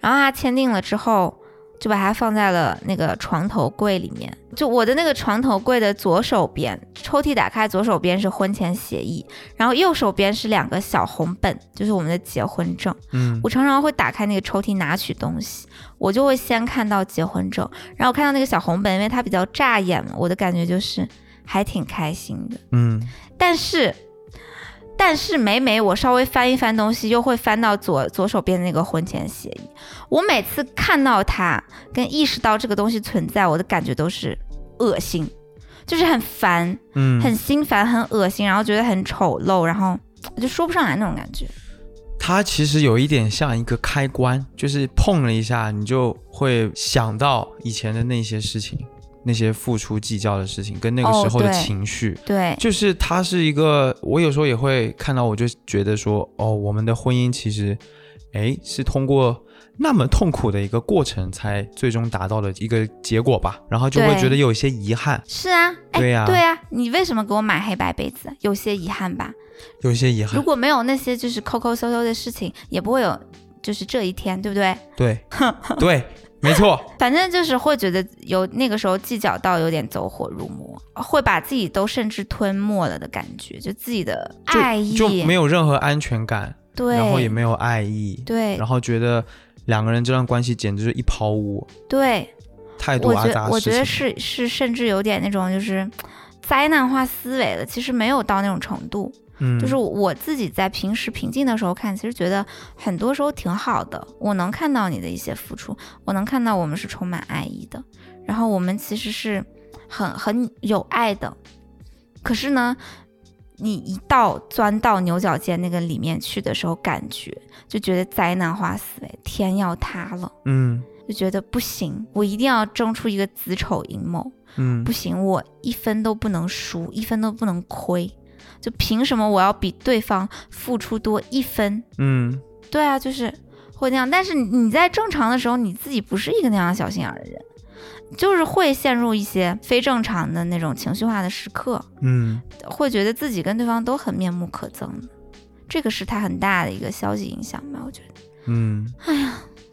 然后他签订了之后，就把它放在了那个床头柜里面。就我的那个床头柜的左手边，抽屉打开，左手边是婚前协议，然后右手边是两个小红本，就是我们的结婚证。
嗯，
我常常会打开那个抽屉拿取东西，我就会先看到结婚证，然后看到那个小红本，因为它比较扎眼嘛，我的感觉就是还挺开心的。
嗯，
但是，但是每每我稍微翻一翻东西，又会翻到左左手边那个婚前协议。我每次看到它，跟意识到这个东西存在，我的感觉都是恶心，就是很烦，
嗯，
很心烦，很恶心，然后觉得很丑陋，然后就说不上来那种感觉。
它其实有一点像一个开关，就是碰了一下，你就会想到以前的那些事情，那些付出计较的事情，跟那个时候
哦
的
对
情绪。
对，
就是它是一个，我有时候也会看到，我就觉得说，哦，我们的婚姻其实，哎，是通过那么痛苦的一个过程，才最终达到了一个结果吧。然后就会
对
觉得有一些遗憾，
是啊，哎，
对呀
对呀、你为什么给我买黑白杯子？有些遗憾
*laughs*
吧。
有一些遗
如
憾。
果没有那些就是抠抠搜搜的事情，也不会有就是这一天，对不对？
对，
*laughs*
对，没错，
反正就是会觉得有那个时候计较到有点走火入魔，会把自己都甚至吞没了的感觉，就自己的爱意
就就没有任何安全感，
对，
然后也没有爱意，
对
然后觉得两个人这段关系简直是一泡污，
对，
太多
我
阿
觉
杂
我
事
觉
情。
得是是甚至有点那种就是灾难化思维了，其实没有到那种程度。
嗯，
就是我自己在平时平静的时候看，其实觉得很多时候挺好的。我能看到你的一些付出，我能看到我们是充满爱意的，然后我们其实是很很有爱的。可是呢，你一到钻到牛角尖那个里面去的时候，感觉就觉得灾难化思维，天要塌了，
嗯
就觉得不行，我一定要争出一个子丑寅卯。
嗯
不行，我一分都不能输，一分都不能亏。就凭什么我要比对方付出多一分？
嗯，
对啊，就是会那样。但是你你在正常的时候，你自己不是一个那样小心眼儿的人，就是会陷入一些非正常的那种情绪化的时刻，
嗯
会觉得自己跟对方都很面目可憎的。这个是他很大的一个消极影响吧，我觉得。
嗯，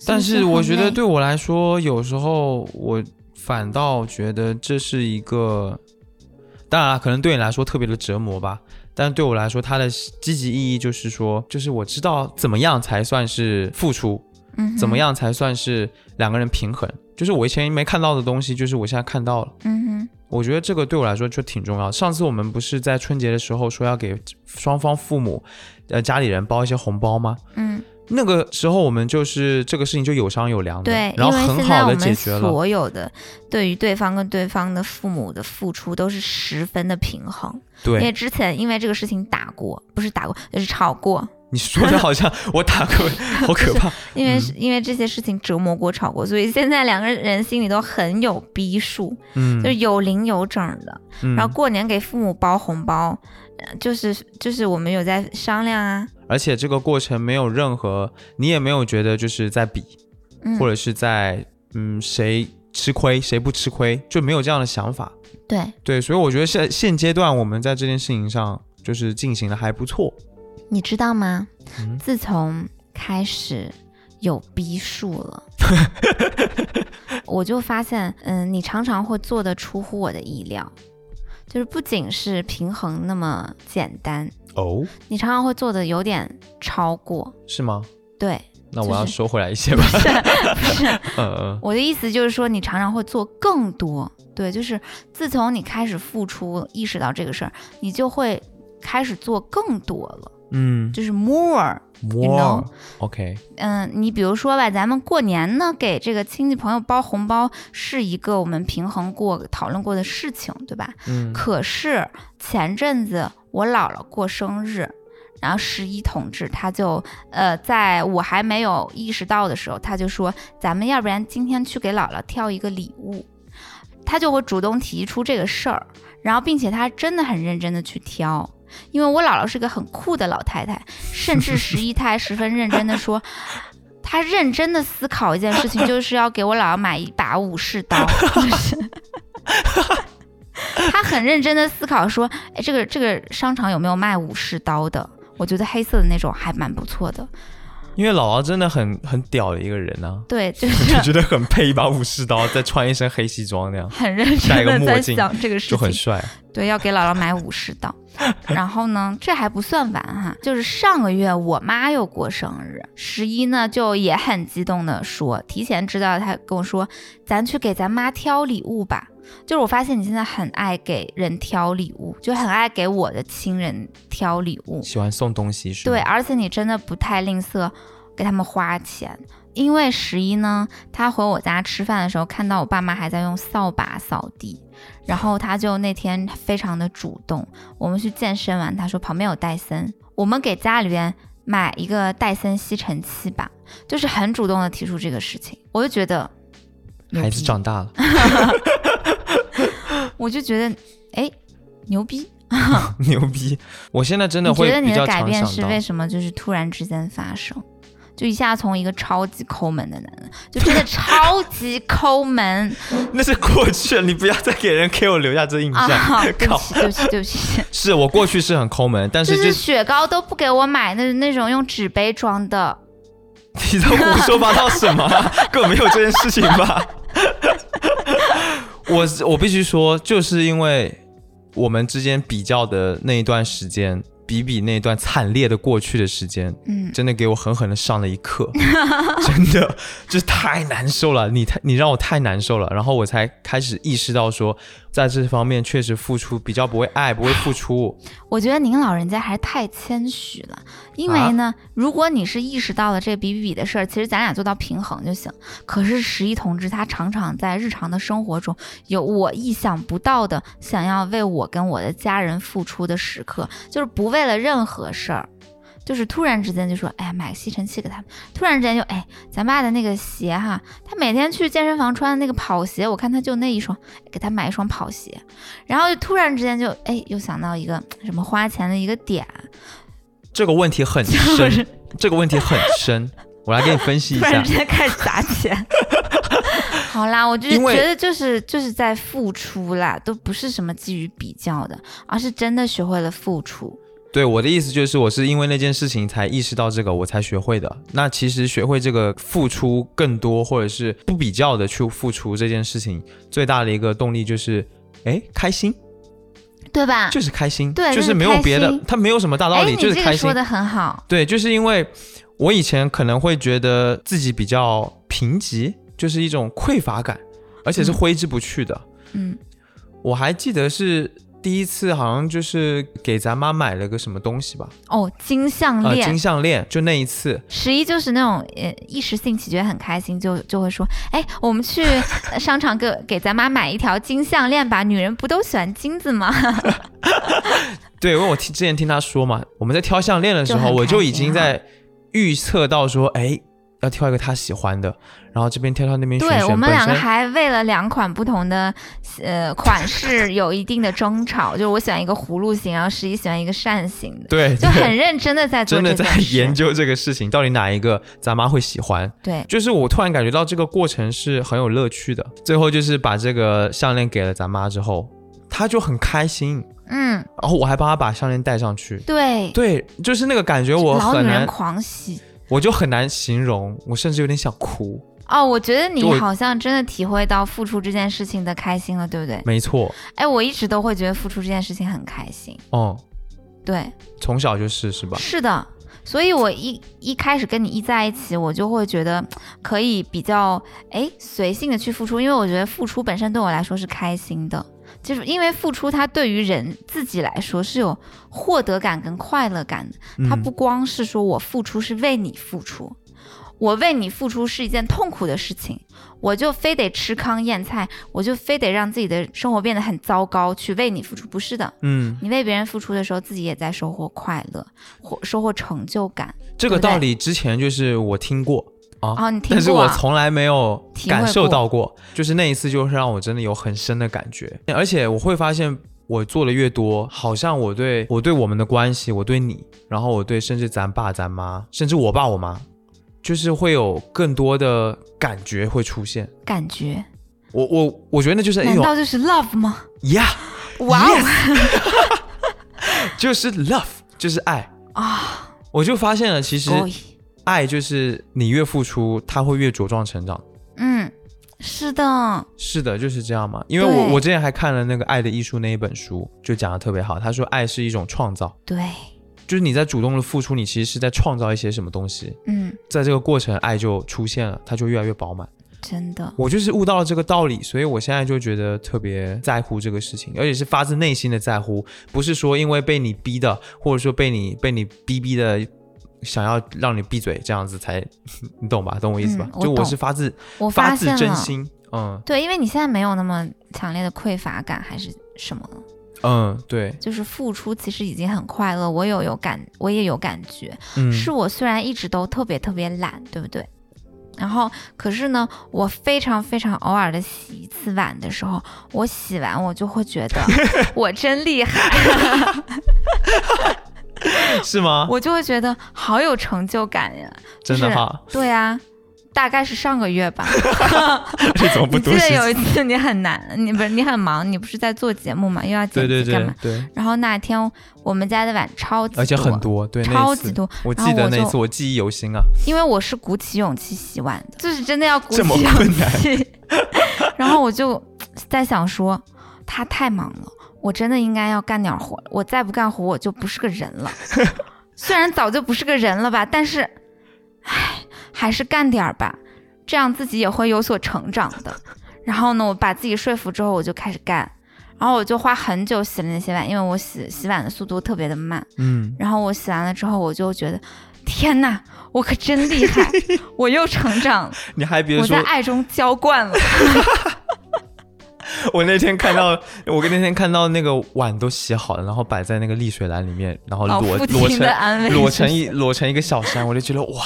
但
心
是
情
我
很
觉得
累
对我来说，有时候我反倒觉得这是一个，当然了，啊可能对你来说特别的折磨吧，但对我来说，它的积极意义就是说，就是我知道怎么样才算是付出，
嗯
怎么
哼？
样才算是两个人平衡，就是我以前没看到的东西，就是我现在看到了。
嗯哼，
我觉得这个对我来说就挺重要。上次我们不是在春节的时候说要给双方父母、呃家里人包一些红包吗？
嗯，
那个时候我们就是这个事情就有商有量的，
对，
然后
因为
很
现在
好
我
的解
们
决了。
所有的对于对方跟对方的父母的付出都是十分的平衡，因为
对，
之前因为这个事情打过，不是打过，就是吵过，
你说的好像我打
*laughs*
过，好可怕。
因为、
嗯
因为这些事情折磨过、吵过，所以现在两个人心里都很有逼数，
嗯
就是有零有整的。
嗯
然，后过年给父母包红包，呃就是就是我们有在商量啊，
而且这个过程没有任何，你也没有觉得就是在比，
嗯，
或者是在嗯谁吃亏谁不吃亏，就没有这样的想法。
对，
对，所以我觉得现现阶段我们在这件事情上就是进行的还不错。
你知道吗？
嗯
自从开始有逼数了， *laughs* 我就发现，嗯，你常常会做的出乎我的意料，就是不仅是平衡那么简单，
哦，
你常常会做的有点超过。
是吗？
对，
那
就
我
*laughs*
要
是
收回来一些吧。
不是
*laughs* 嗯嗯
我的意思就是说，你常常会做更多。对，就是自从你开始付出，意识到这个事儿，你就会开始做更多了，
嗯，
就是 more。
哇，OK，
嗯，你比如说吧，咱们过年呢，给这个亲戚朋友包红包是一个我们平衡过、讨论过的事情，对吧？
嗯
可是前阵子我姥姥过生日，然后十一同志他就呃，在我还没有意识到的时候，他就说咱们要不然今天去给姥姥挑一个礼物，他就会主动提出这个事儿，然后并且他真的很认真的去挑。因为我姥姥是个很酷的老太太，甚至十一她还十分认真的说，她认真的思考一件事
*laughs*
情，就是要给我姥姥买一把武士刀。 *laughs* 就是他很认真的思考说，哎，这个这个商场有没有卖武士刀的？我觉得黑色的那种还蛮不错的。
因为姥姥真的很很屌的一个人啊，
对，就
*laughs* 就是觉得很配一把武士刀，再穿一身黑西装那样，
很认
戴
真
个
的
墨
在
镜
想这个事
就很
情。
帅。
对，要给姥姥买武士刀。然后呢，这还不算完哈，就是上个月我妈又过生日，十一呢就也很激动的说，提前知道她跟我说，咱去给咱妈挑礼物吧。就是我发现你现在很爱给人挑礼物，就很爱给我的亲人挑礼物。
喜欢送东西是吗？
对，啊而且你真的不太吝啬给他们花钱，因为十一呢，他回我家吃饭的时候，看到我爸妈还在用扫把扫地，然后他就那天非常的主动，我们去健身完，他说旁边有戴森，我们给家里边买一个戴森吸尘器吧，就是很主动的提出这个事情，我就觉得牛
孩子
逼
长大了， *laughs*
我就觉得哎牛逼，
牛逼！我现在真的
你
会
觉得你
比
的
较
改
常
变
想
是
到
为，什么？就是突然之间发生，就一下从一个超级抠门的男人，就真的超级抠
*laughs*
门
那是过去了，你不要再给人给我留下这
*laughs*
印象。
啊！对不
*laughs* 靠，
起，对不起，对不起，
是我过去是很抠门，但
就是是
这
雪糕都不给我买，那那种用纸杯装的，
你在胡说八道什 *laughs* 么？根本没有这件事情吧？ *laughs* 我我必须说，就是因为我们之间比较的那一段时间，比比那段惨烈的过去的时间，
嗯
真的给我狠狠的上了一
*laughs*
课，真的就是太难受了，你太你让我太难受了，然后我才开始意识到说，在这方面确实付出比较不会爱，不会付
*laughs*
出，
我觉得您老人家还是太谦虚了，因为呢，如果你是意识到了这个比比比的事儿，其实咱俩做到平衡就行。可是十一同志他常常在日常的生活中有我意想不到的，想要为我跟我的家人付出的时刻，就是不为了任何事儿。就是突然之间就说，哎，买个吸尘器给他们。突然之间就，哎，咱爸的那个鞋哈，他每天去健身房穿的那个跑鞋，我看他就那一双，哎给他买一双跑鞋。然后就突然之间就，哎，又想到一个什么花钱的一个点，
这个问题
*laughs*
很
就
深
是，
这个问题很深，我来给你分析一
*laughs* 突
下
然之。间开始砸
*laughs*
钱。好啦，我就是
因为
觉得就是就是在付出啦，都不是什么基于比较的，而是真的学会了付出。
对我的意思就是，我是因为那件事情才意识到这个，我才学会的。那其实学会这个付出更多，或者是不比较的去付出这件事情，最大的一个动力就是，哎，开心，
对吧？
就是开心，
啊对
就
就是
是没有
开
别的
心，
它没有什么大道
哎，
理，
你
就是
这个
开心
说。的很好，
对，就是因为我以前可能会觉得自己比较贫瘠，就是一种匮乏感，而且是
嗯
挥之不去的。
嗯
我还记得是第一次，好像就是给咱妈买了个什么东西吧，
哦，金项
呃，
链，
金项链，就那一次，
十一就是那种呃一时兴起觉得很开心，就就会说，哎，我们去呃商场给给咱妈买一条金项链吧，女人不都喜欢金子吗？
对，因为我听之前听他说嘛，我们在挑项链的时
就
候，
很
我就
开
已
心
经
哈
在预测到说，哎，要挑一个他喜欢的，然后这边挑挑那边选
对
选，
我们
本
两个
身
还为了两款不同的呃款
*laughs*
式有一定的争吵，就是我喜欢一个葫芦形，然后十一喜欢一个扇形的，
对，
就
对
很认真的在做
真的
这
在
件事。
研究这个事情，到底哪一个咱妈会喜欢？
对，
就是我突然感觉到这个过程是很有乐趣的。最后就是把这个项链给了咱妈之后，她就很开心，
嗯，
然后我还帮她把项链戴上去。
对，
对，就是那个感觉，我
老
很
女人
难，
狂喜。
我就很难形容，我甚至有点想哭。
哦，我觉得
就
你
我
好像真的体会到付出这件事情的开心了，对不对？
没错，
哎，我一直都会觉得付出这件事情很开心，
嗯，
对，
从小就是是吧？
是的，所以我一一开始跟你一在一起，我就会觉得可以比较哎随性的去付出，因为我觉得付出本身对我来说是开心的，就是因为付出它对于人自己来说是有获得感跟快乐感的，
嗯
它不光是说我付出是为你付出。我为你付出是一件痛苦的事情，我就非得吃糠咽菜，我就非得让自己的生活变得很糟糕，去为你付出，不是的。
嗯，
你为别人付出的时候，自己也在收获快乐，或收获成就感。
这个
对不对
道理之前就是我听过啊，
哦，你听
但是
过
我
啊？
从来没有
体会
感受
过
到过，就是那一次，就是让我真的有很深的感觉，而且我会发现。我做的越多，好像我对我对我们的关系，我对你，然后我对甚至咱爸咱妈，甚至我爸我妈，就是会有更多的感觉会出现。
感觉
我我我觉得那就是哎
难
呦
道就是 love 吗？
呀
哇哦
yes *laughs* 就是 love，就是爱。
啊！
我就发现了，其实
boy
爱就是你越付出，它会越茁壮成长。
嗯，是的，
是的，就是这样嘛。因为
对
我我之前还看了那个《爱的艺术》那一本书，就讲的特别好。他说，爱是一种创造，
对，
就是你在主动的付出，你其实是在创造一些什么东西。
嗯，
在这个过程，爱就出现了，它就越来越饱满。
真的，
我就是悟到了这个道理，所以我现在就觉得特别在乎这个事情，而且是发自内心的在乎，不是说因为被你逼的，或者说被你被你逼逼的。想要让你闭嘴，这样子才，你懂吧？懂我意思吧？
嗯我
就我
懂
是发自
我
发
发
自
现
真
了，
心，嗯
对，因为你现在没有那么强烈的匮乏感，还是什么了？
嗯，对，
就是付出其实已经很快乐，我有有感，我也有感觉，
嗯，
是我虽然一直都特别特别懒，对不对？然后，可是呢，我非常非常偶尔的洗一次碗的时候，我洗完我就会觉得
*laughs*
我真厉害，
是吗？
我就会觉得好有成就感呀。就
真
是
的哈，
对啊，大概是上个月吧。
*laughs* 这怎么
你记得有一次你很难，你不是你很忙，你不是在做节目嘛，又要
对
剪
对
辑干嘛？
对对，
然后那天我们家的碗超级
而且很多，对，那
超
一次
级多，
我
然后
记得
我
那一
就
次我记忆犹新啊，
因为我是鼓起勇气洗碗的，就是真的要鼓起
这么
勇
困难
气。 *laughs* 然后我就在想说，他太忙了，我真的应该要干点活，我再不干活我就不是个人
*laughs*
了。虽然早就不是个人了吧，但是，唉，还是干点儿吧，这样自己也会有所成长
*laughs*
的。然后呢，我把自己说服之后，我就开始干。然后我就花很久洗了那些碗，因为我洗洗碗的速度特别的慢。
嗯，
然后我洗完了之后，我就觉得，天呐，我可真厉害，我又成长了，
你还别
我
说
在，爱中浇灌了。
*laughs* 我那天看到，我那天看到那个碗都洗好了，然后摆在那个沥水篮里面，然后
老
裸
父
裸
亲的
成
安慰，
裸成一裸成一个小山，我就觉得哇，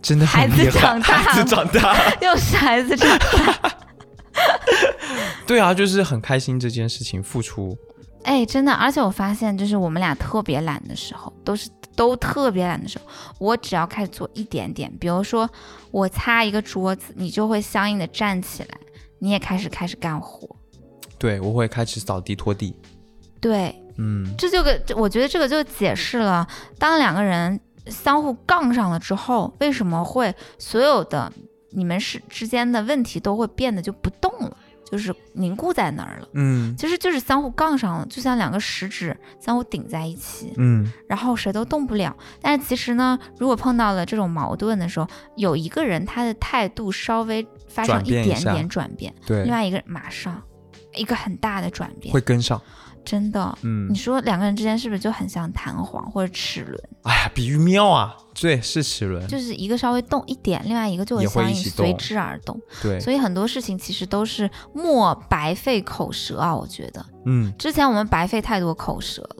真的很
孩子
厉害，
长大
孩子
了
长
*laughs*
大，
又是孩子长大，
对啊，就是很开心这件事情，付出，
哎，真的，而且我发现，就是我们俩特别懒的时候，都是都特别懒的时候，我只要开始做一点点，比如说我擦一个桌子，你就会相应的站起来，你也开始开始干活。
对我会开始扫地拖地，
对，
嗯
这就给我觉得这个就解释了，当两个人相互杠上了之后，为什么会所有的你们是之间的问题都会变得就不动了，就是凝固在那儿了。
嗯
其实就是相互杠上了，就像两个食指相互顶在一起，
嗯
然后谁都动不了。但是其实呢，如果碰到了这种矛盾的时候，有一个人他的态度稍微发生
转
一
变一
点
下
点转变，
对
另，外一个人马上一个很大的转变，
会跟上，
真的，
嗯
你，说两个人之间是不是就很像弹簧或者齿轮？
哎呀，比喻妙啊，对，是齿轮，
就是一个稍微动一点，另外一个就
也会
相
一
应
起
随
动
之而动。
对，
所以很多事情其实都是莫白费口舌啊，我觉得
嗯
之前我们白费太多口舌了，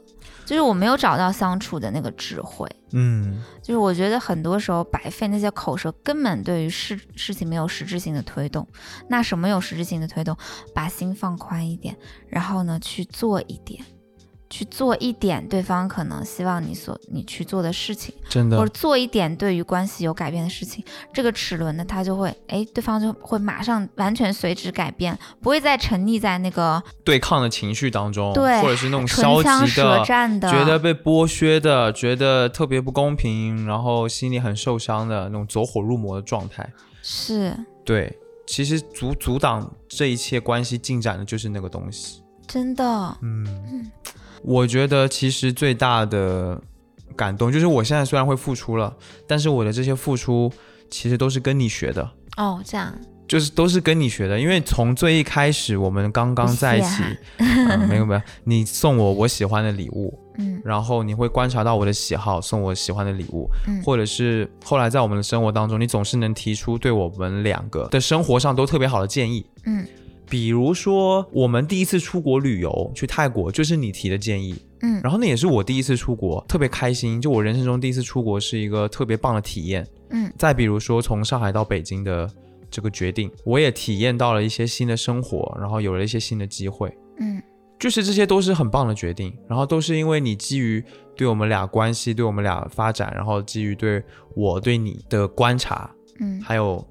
就是我没有找到相处的那个智慧。
嗯
就是我觉得很多时候白费那些口舌，根本对于事事情没有实质性的推动。那什么有实质性的推动？把心放宽一点，然后呢去做一点，去做一点对方可能希望你所你去做的事情，
真
或者
的，
做一点对于关系有改变的事情。这个齿轮呢，它就会哎，对方就会马上完全随之改变，不会再沉溺在那个
对抗的情绪当中，
对
或者是那种消
唇枪
极
舌
的。
战的，
觉得被剥削的，觉得特别不公平，然后心里很受伤的那种走火入魔的状态。
是
对，其实阻阻挡这一切关系进展的就是那个东西。
真的，
嗯，我觉得其实最大的感动就是，我现在虽然会付出了，但是我的这些付出其实都是跟你学的，
哦，这样
就是都是跟你学的。因为从最一开始我们刚刚在一起，嗯、没有没有，你送我我喜欢的礼物，
嗯
然后你会观察到我的喜好，送我喜欢的礼物，
嗯
或者是后来在我们的生活当中，你总是能提出对我们两个的生活上都特别好的建议。
嗯
比如说，我们第一次出国旅游去泰国，就是你提的建议，
嗯，
然后那也是我第一次出国，特别开心。就我人生中第一次出国是一个特别棒的体验。
嗯，
再比如说从上海到北京的这个决定，我也体验到了一些新的生活，然后有了一些新的机会。
嗯
就是这些都是很棒的决定，然后都是因为你基于对我们俩关系、对我们俩发展，然后基于对我对你的观察，
嗯，
还有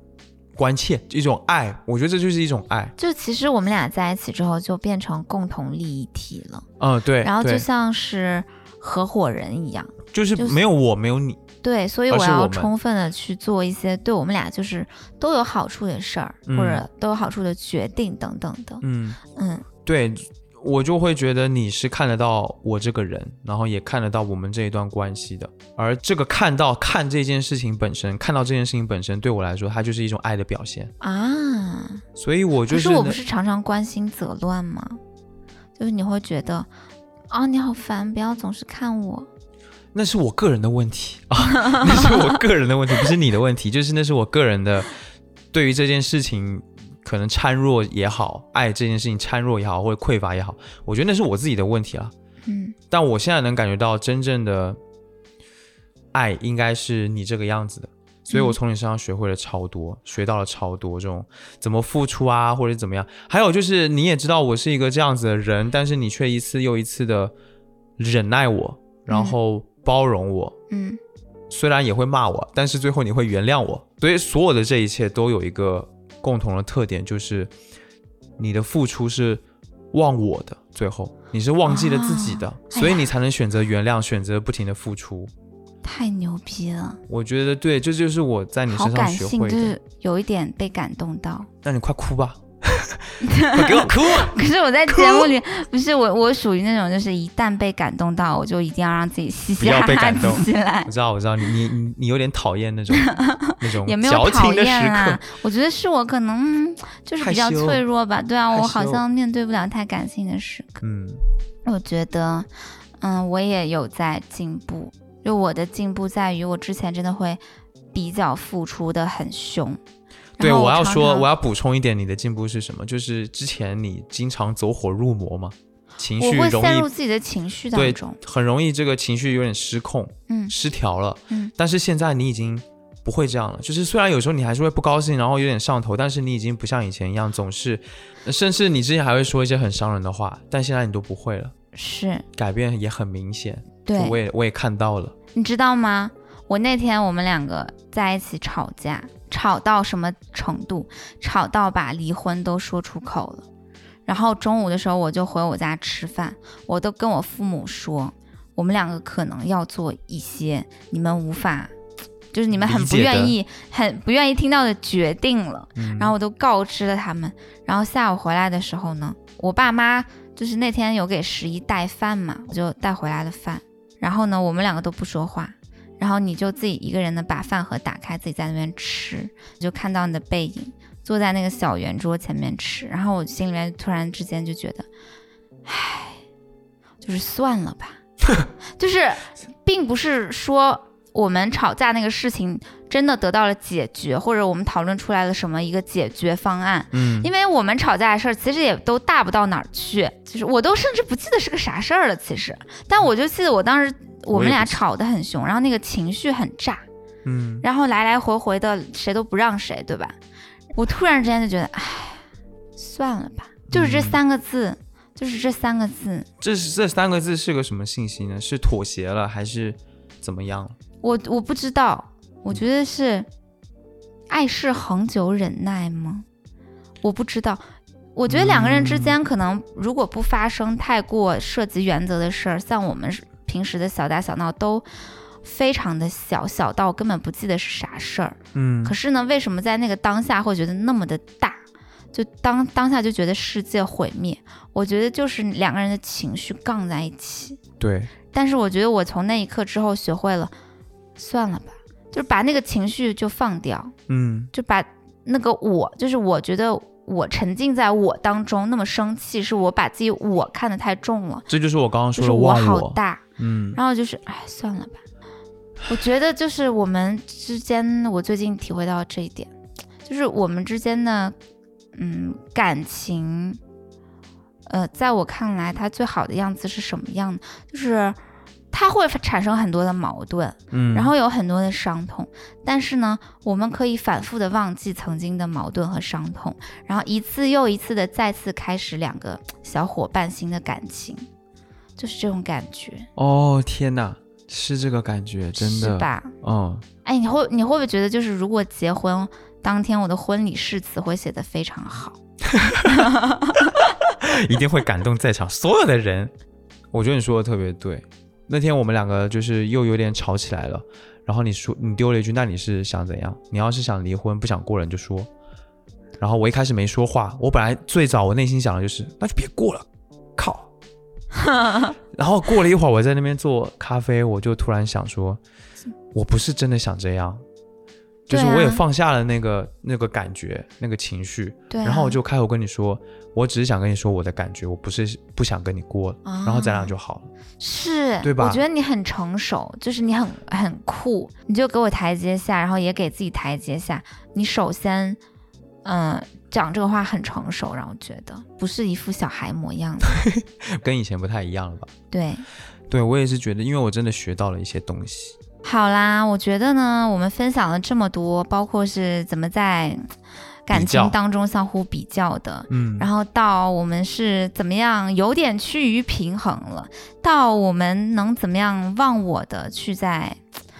关切，一种爱。我觉得这就是一种爱。
就其实我们俩在一起之后就变成共同利益体了，
嗯，对。
然后就
对
像是合伙人一样。
就是
就是
没有我，没有你。
对，所以
而
我
哦是我
要
们
充分的去做一些对我们俩就是都有好处的事儿，
嗯
或者都有好处的决定等等的。
嗯，
嗯
对，我就会觉得你是看得到我这个人，然后也看得到我们这一段关系的。而这个看到看这件事情本身，看到这件事情本身，对我来说，它就是一种爱的表现。
啊，
所以我就
可是
能
我不是常常关心则乱吗？就是你会觉得啊，你好烦，不要总是看我。
那是我个人的问题啊， *laughs* 那是我个人的问题，不是你的问题，就是那是我个人的对于这件事情可能孱弱也好，爱这件事情孱弱也好，或者匮乏也好，我觉得那是我自己的问题啊。
嗯
但我现在能感觉到真正的爱应该是你这个样子的，所以我从你身上学会了超多，学到了超多这种怎么付出啊，或者怎么样。还有就是你也知道我是一个这样子的人，但是你却一次又一次的忍耐我，然后包容我，
嗯
虽然也会骂我，但是最后你会原谅我。所以所有的这一切都有一个共同的特点，就是你的付出是忘我的，最后你是忘记了自己的，
啊
所以你才能选择原谅，选择不停的付出。
太牛逼了，
我觉得对，这就是我在你
好
身上
感
学
性，
会
就
的。
是有一点被感动到。
那你快
*laughs*
哭吧，快给我哭！啊
可是我在节目里，不是我，我属于那种就是一旦被感动到，我就一定要让自己嘻嘻
不要
哈
被
哈
感动
起来
我。知道，我知道，你你你你有点讨厌
*laughs*
那种那种
也没
矫
有讨
情的时
厌啊啦
刻。，
我觉得是我可能嗯就是比较
害羞
脆弱吧。对啊，
害羞
我好像面对不了太感性的时刻。
嗯
我觉得，嗯，我也有在进步。就我的进步在于，我之前真的会比较付出的很凶。
对，
然后
我要
常
说，
常
我要补充一点，你的进步是什么？就是之前你经常走火入魔嘛，情绪
我会
容
陷入
易
自己的情绪当
对
中。，
很容易这个情绪有点失控、
嗯
失调了。
嗯
但是现在你已经不会这样了，就是虽然有时候你还是会不高兴，然后有点上头，但是你已经不像以前一样总是，呃甚至你之前还会说一些很伤人的话，但现在你都不会了，
是
改变也很明显。
对。
就我也我也看到了，
你知道吗？我那天我们两个在一起吵架，吵到什么程度？吵到把离婚都说出口了。然后中午的时候我就回我家吃饭，我都跟我父母说，我们两个可能要做一些你们无法，就是你们很
理
不
解的
愿意、很不愿意听到的决定了。
嗯
然后我都告知了他们。然后下午回来的时候呢，我爸妈就是那天有给十一带饭嘛，我就带回来了饭。然后呢，我们两个都不说话，然后你就自己一个人呢把饭盒打开，自己在那边吃，我就看到你的背影坐在那个小圆桌前面吃。然后我心里面突然之间就觉得，唉，就是算了吧，就是并不是说我们吵架那个事情真的得到了解决，或者我们讨论出来了什么一个解决方案。
嗯，
因为我们吵架的事儿其实也都大不到哪儿去，就是我都甚至不记得是个啥事儿了。其实，但我就记得我当时我
我
们
也
俩
不记
吵得很凶，然后那个情绪很炸，
嗯，
然后来来回回的谁都不让谁，对吧？我突然之间就觉得，唉，算了吧，就是这
嗯
三个字，就是这三个字。
这是这三个字是个什么信息呢？是妥协了还是怎么样了？
我我不知道，我觉得是爱是恒久忍耐吗？我不知道。我觉得两个人之间可能如果不发生太过涉及原则的事儿，像我们是平时的小打小闹都非常的小，小到根本不记得是啥事儿。
嗯
可是呢，为什么在那个当下会觉得那么的大？就当当下就觉得世界毁灭，我觉得就是两个人的情绪杠在一起。
对，
但是我觉得我从那一刻之后学会了，算了吧，就是把那个情绪就放掉，
嗯
就把那个我，就是我觉得我沉浸在我当中那么生气，是我把自己我看得太重了，
这就是我刚刚
就
说
是
的
我
忘
好大，
嗯
然后就是哎算了吧，我觉得就是我们之间，我最近体会到这一点，就是我们之间的嗯感情，呃，在我看来，它最好的样子是什么样的？就是它会产生很多的矛盾，
嗯，
然后有很多的伤痛，但是呢，我们可以反复的忘记曾经的矛盾和伤痛，然后一次又一次的再次开始两个小伙伴型的感情，就是这种感觉，
哦天哪，是这个感觉，真
是
的，
吧？
嗯，
哎，你会你会不会觉得，就是如果结婚当天我的婚礼誓词会写的非常好？
*laughs* 一定会感动在场所有的人。我觉得你说的特别对。那天我们两个就是又有点吵起来了，然后你说你丢了一句，那你是想怎样？你要是想离婚不想过了，你就说。然后我一开始没说话，我本来最早我内心想的就是那就别过了，靠。
*laughs*
然后过了一会儿，我在那边做咖啡，我就突然想说，我不是真的想这样，就是
对啊
我也放下了那个、那个感觉、那个情绪，
对啊、
然后我就开口跟你说，我只是想跟你说我的感觉，我不是不想跟你过了，
啊
然后咱俩就好了。
是，
对吧
我觉得你很成熟，就是你很很酷，你就给我台阶下，然后也给自己台阶下。你首先，嗯、讲这个话很成熟，让我觉得不是一副小孩模样的。 *laughs*
跟以前不太一样了吧？
对，
对我也是觉得，因为我真的学到了一些东西。
好啦，我觉得呢，我们分享了这么多，包括是怎么在嗯感
比较
情当中相互比较的，
嗯
然后到我们是怎么样有点趋于平衡了，到我们能怎么样忘我的去在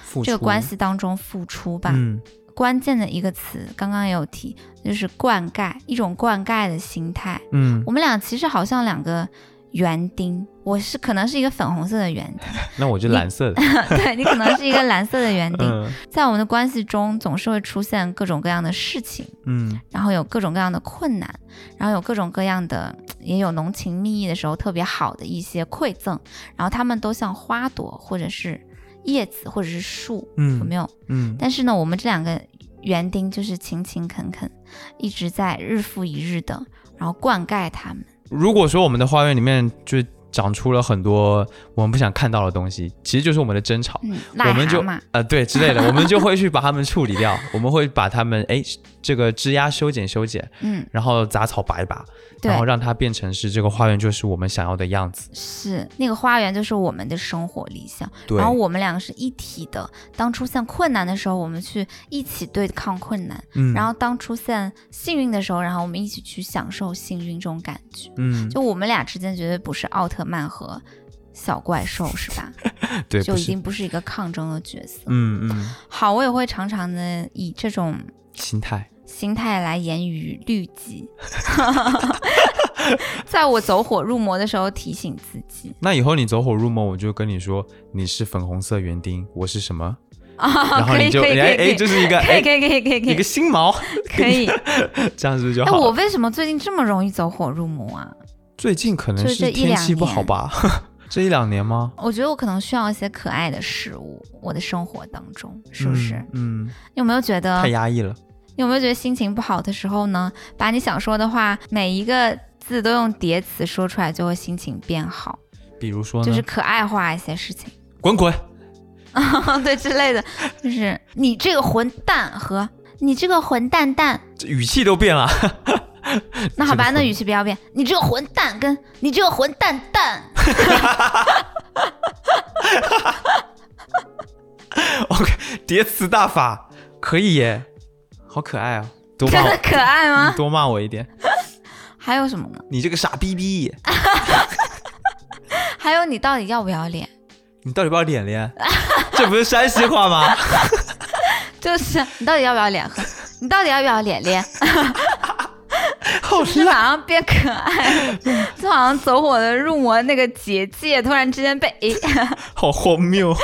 付出
这个关系当中付出吧。
嗯，
关键的一个词刚刚也有提，就是灌溉，一种灌溉的心态。
嗯，
我们俩其实好像两个园丁，我是可能是一个粉红色的园丁， *laughs*
那我就
你
蓝色的，
对你可能是一个蓝色的园丁。
嗯
在我们的关系中，总是会出现各种各样的事情。
嗯
然后有各种各样的困难，然后有各种各样的，也有浓情蜜意的时候特别好的一些馈赠，然后他们都像花朵或者是叶子或者是树，有没
嗯
有？
嗯，
但是呢，我们这两个园丁就是勤勤恳恳，一直在日复一日的，然后灌溉他们。
如果说我们的花园里面就长出了很多我们不想看到的东西，其实就是我们的争吵。
嗯，
我
癞
们
蛤
就
蟆，
呃，对之类的，我们就会去把它们处理掉，我们会把它们哎这个枝丫修剪修剪，
嗯，
然后杂草拔一拔，
对
然，后让它变成是这个花园就是我们想要的样子。
是那个花园就是我们的生活理想。
对
然后我们两个是一体的。当出现困难的时候，我们去一起对抗困难；
嗯
然后当出现幸运的时候，然后我们一起去享受幸运这种感觉。
嗯，
就我们俩之间绝对不是奥特曼和小怪兽，是吧？
对，
就
不
一
是，
定不是一个抗争的角色。
嗯嗯，
好，我也会常常的以这种
心态， *laughs*
心态来言语律己，在我走火入魔的时候提醒自己，
那以后你走火入魔，我就跟你说你是粉红色园丁，我是
*laughs*
什么，然后
啊可
你
以
就
可以可
哎
以
哎，这是一个
可以
哎
可以可以可以可
一个
以
新毛， *laughs*
可以。
这样子就
哎，
好
我
了。
为什么最近这么容易走火入魔啊？
最近可能
就是这一
天
两
气不
年
好吧？ *laughs* 这一两年吗？
我觉得我可能需要一些可爱的事物，我的生活当中是不是？啊
嗯？嗯，
你有没有觉得
太压抑了。
你有没有觉得心情不好的时候呢，把你想说的话每一个字都用叠词说出来，就会心情变好，
比如说呢，
就是可爱化一些事情， *laughs*
滚滚，
对之类的，就是你这个混蛋和你这个混蛋蛋，
这语气都变了。 *laughs*
那好吧，
嗯这个混
那语气不要变，你这个混蛋跟你这个混蛋蛋，
叠词大法可以耶，好嗯可爱啊！
*laughs*
多
真
骂
的
我，
可爱吗？
多骂我一点，
还有什么呢？
你这个傻逼逼，
还有你到底要不要脸？
你到底要不要脸脸？这不是山西话吗？ *laughs*
就是你到底要不要脸和你到底要不要脸脸？
好
*laughs* 是马上变可爱，就好像走火的入魔那个结界，突然之间被哎 *laughs* 诶，
好荒谬，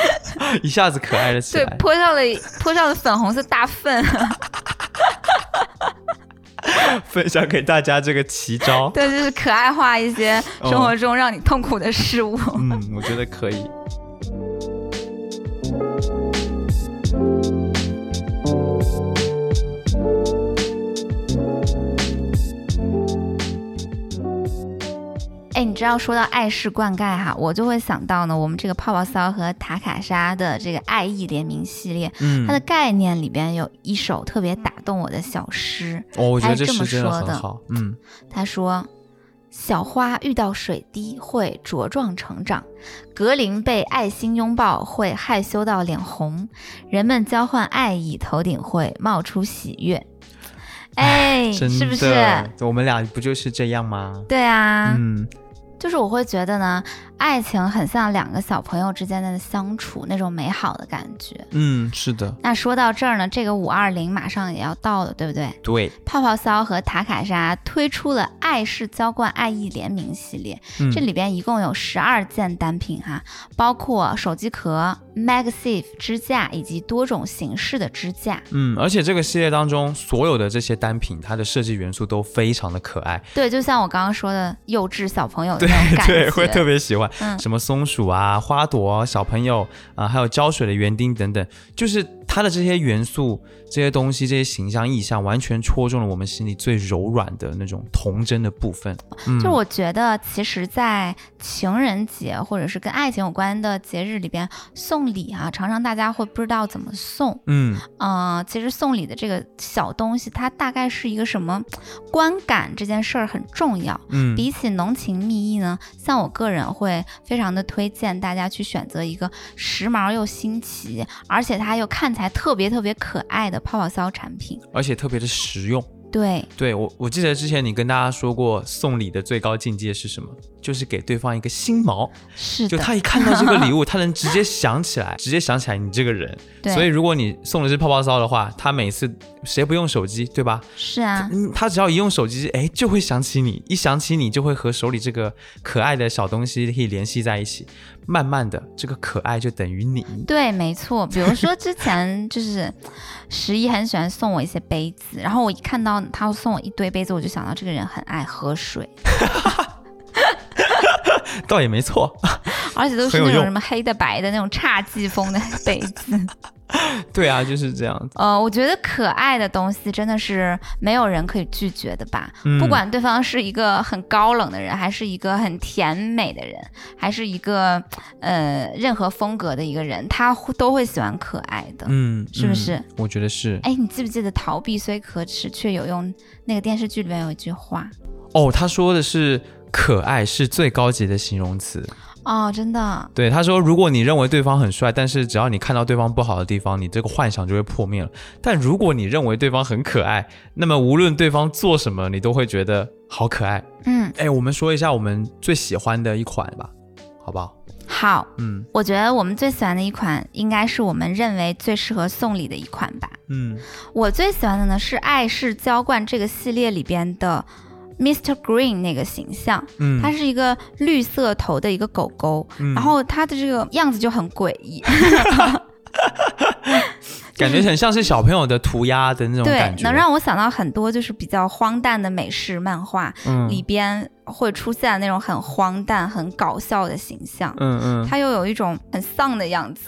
一下子可爱了起
对
来。
泼上了泼上了粉红色大粪， *laughs*
分享给大家这个奇招，
对，就是可爱化一些
哦
生活中让你痛苦的事物。
嗯，我觉得可以。
哎，你知道说到爱是灌溉哈，我就会想到呢，我们这个泡泡骚和塔卡莎的这个爱意联名系列，
嗯
它的，概念里边有一首特别打动我的小诗，
哦，我觉得
它是
这
这么
诗真的
说
很
的
好。嗯，
他说：“小花遇到水滴会茁壮成长，格林被爱心拥抱会害羞到脸红，人们交换爱意，头顶会冒出喜悦。”哎，
真的，
是不是？
我们俩不就是这样吗？
对啊，
嗯，
就是我会觉得呢，爱情很像两个小朋友之间的相处那种美好的感觉。
嗯，是的，
那说到这儿呢，这个五二零马上也要到了，对不对？
对，
泡泡骚和塔卡莎推出了“爱是浇灌爱意”联名系列，
嗯
这里边一共有十二件单品哈、包括手机壳、MagSafe 支架以及多种形式的支架。
嗯，而且这个系列当中所有的这些单品，它的设计元素都非常的可爱，
对，就像我刚刚说的，幼稚小朋友的
对
那种感觉。
对，会特别喜欢。
嗯
什么松鼠啊、花朵、小朋友啊、还有浇水的园丁等等，就是它的这些元素、这些东西、这些形象意象，完全戳中了我们心里最柔软的那种童真的部分。嗯，
就是我觉得，其实，在情人节或者是跟爱情有关的节日里边，送礼啊，常常大家会不知道怎么送。
嗯，
嗯、其实送礼的这个小东西，它大概是一个什么观感，这件事儿很重要。
嗯
比起浓情蜜意呢，像我个人会非常的推荐大家去选择一个时髦又新奇，而且它又看起来特别特别可爱的泡泡骚产品。
而且特别的实用。
对，
对我，我记得之前你跟大家说过，送礼的最高境界是什么？就是给对方一个心锚。
是
就
的，
他一看到这个礼
*laughs*
物，他能直接想起来，直接想起来你这个人。
对
所以如果你送的是泡泡骚的话，他每次谁不用手机，对吧？
是啊，
嗯，他只要一用手机，哎，就会想起你，一想起你就会和手里这个可爱的小东西可以联系在一起。慢慢的，这个可爱就等
*laughs*
于你。
对，没错。比如说之前就是十一很喜欢送我一些杯子，然后我一看到他送我一堆杯子，我就想到这个人很爱喝水，
倒也没错， *laughs*
而且都是
很有
那种
用
什么黑的白的那种 *laughs* 侘寂风的杯子。
对啊，就是这样。
呃，我觉得可爱的东西真的是没有人可以拒绝的吧。
嗯
不管对方是一个很高冷的人，还是一个很甜美的人，还是一个呃任何风格的一个人，他会都会喜欢可爱的。
嗯，
是不
嗯
是？
我觉得是。
哎，你记不记得“逃避虽可耻，却有用”那个电视剧里面有一句话？
哦，他说的是可爱是最高级的形容词。
哦，真的，
对，他说，如果你认为对方很帅，但是只要你看到对方不好的地方，你这个幻想就会破灭了。但如果你认为对方很可爱，那么无论对方做什么，你都会觉得好可爱。
嗯，
哎，我们说一下我们最喜欢的一款吧，好不好？
好。
嗯
我觉得我们最喜欢的一款，应该是我们认为最适合送礼的一款吧。
嗯
我最喜欢的呢是爱是浇灌这个系列里边的 Mr. Green 那个形象，
嗯，
它是一个绿色头的一个狗狗，
嗯
然后它的这个样子就很诡异，
感觉很像是小朋友的涂鸦的那
*laughs*
种
对
感，觉，
能让我想到很多就是比较荒诞的美式漫画、
嗯
里边会出现那种很荒诞、很搞笑的形象。
嗯嗯
它又有一种很丧的样
*laughs*
子。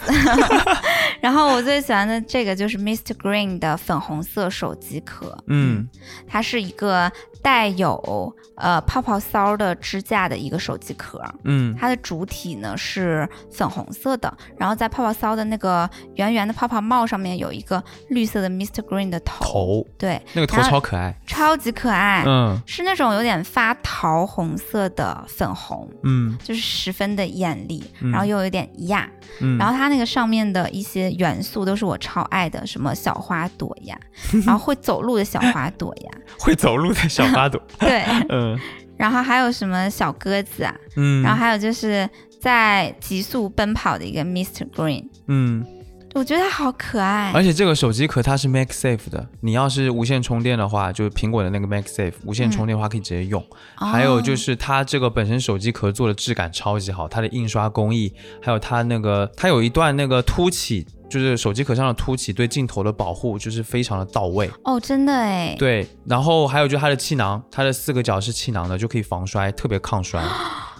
*laughs* 然后我最喜欢的这个就是 Mr. Green 的粉红色手机壳，
嗯，
它是一个带有呃泡泡骚的支架的一个手机壳。
嗯
它的主体呢是粉红色的，然后在泡泡骚的那个圆圆的泡泡帽上面有一个绿色的 Mr. Green 的头，
头
对，
那个头
然后
超可爱，
超级可爱，
嗯
是那种有点发桃红色的粉红，
嗯
就是十分的艳丽，
嗯
然后又有点亚，
嗯，
然
后
后它那个上面的一些元素都是我超爱的，什么小花朵呀，然后会走路的小花朵呀，
会走路的小花朵，
对，
*laughs* 嗯
*laughs* 然后还有什么小鸽子啊，
嗯，
然后还有就是在急速奔跑的一个 Mr. Green，
嗯，
我觉得它好可爱，
而且这个手机壳它是 MagSafe 的，你要是无线充电的话，就是苹果的那个 MagSafe 无线充电的话可以直接用。还有就
哦
是它这个本身手机壳做的质感超级好，它的印刷工艺，还有它那个它有一段那个凸起，就是手机壳上的凸起对镜头的保护就是非常的到位。
哦，真的哎，
对，然后还有就是它的气囊，它的四个角是气囊的，就可以防摔，特别抗摔，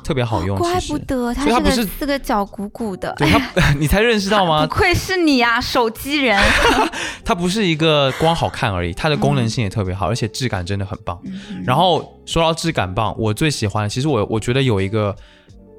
特别好用。
啊怪
其实
不得它
所以它
是
不
个
是
四个角鼓鼓的，
对它， *laughs* 你才认识到吗
不？愧是你啊，手机
*laughs*
人。
它不是一个光好看而已，它的功能性也特别
嗯
好，而且质感真的很棒。然后说到质感棒，我最喜欢，其实我我觉得有一个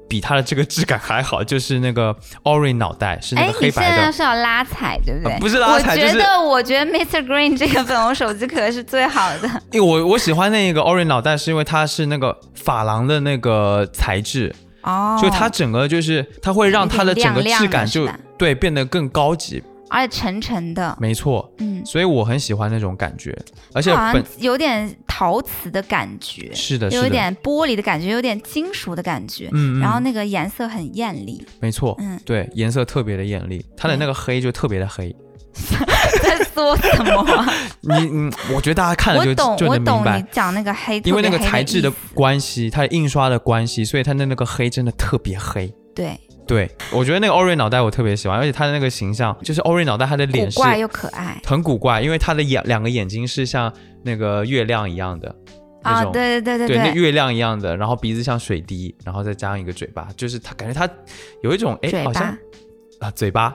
比它的这个质感还好，就是那个 Ori 脑袋是那
哎
个，
你
黑
现
白的
在。是要拉踩，对不对？
呃不是拉踩
我觉
就是
得，我觉得 Mr. Green 这个粉红手机壳是最好的。
因为我我喜欢那个 Ori 脑袋，是因为它是那个珐琅的那个材质，
哦，
*laughs* 就它整个就是它会让它的整个
有点亮
质感
亮的
就是
吧
对变得更高级，
而且沉沉的，
没错。
嗯，
所以我很喜欢那种感觉，而且
好像
本
有点陶瓷的感觉，
是的，
又
是
有
的，
点玻璃的感觉，有点金属的感觉，
嗯，嗯
然后那个颜色很艳丽， *laughs*
没错，
嗯
对，颜色特别的艳丽，它的那个黑就特别的黑。
在说什么？
你嗯，我觉得大家看了
我
就
懂，
就
我
能明
懂你
白，
讲那个黑，
因为那个
特别黑
材质的
意思
关系，它的印刷的关系，所以它的那个黑真的特别黑。
对，
对，我觉得那个 Ori 脑袋我特别喜欢，而且它的那个形象，就是 Ori 脑袋，它的
古
脸是
怪又可爱
很古怪，因为它的眼两个眼睛是像那个月亮一样的那
啊！
种。
对对对
对，那
对
月亮一样的，然后鼻子像水滴，然后再加上一个嘴巴，就是它感觉它有一种
对，
哎，
嘴
好像
巴
啊，嘴巴，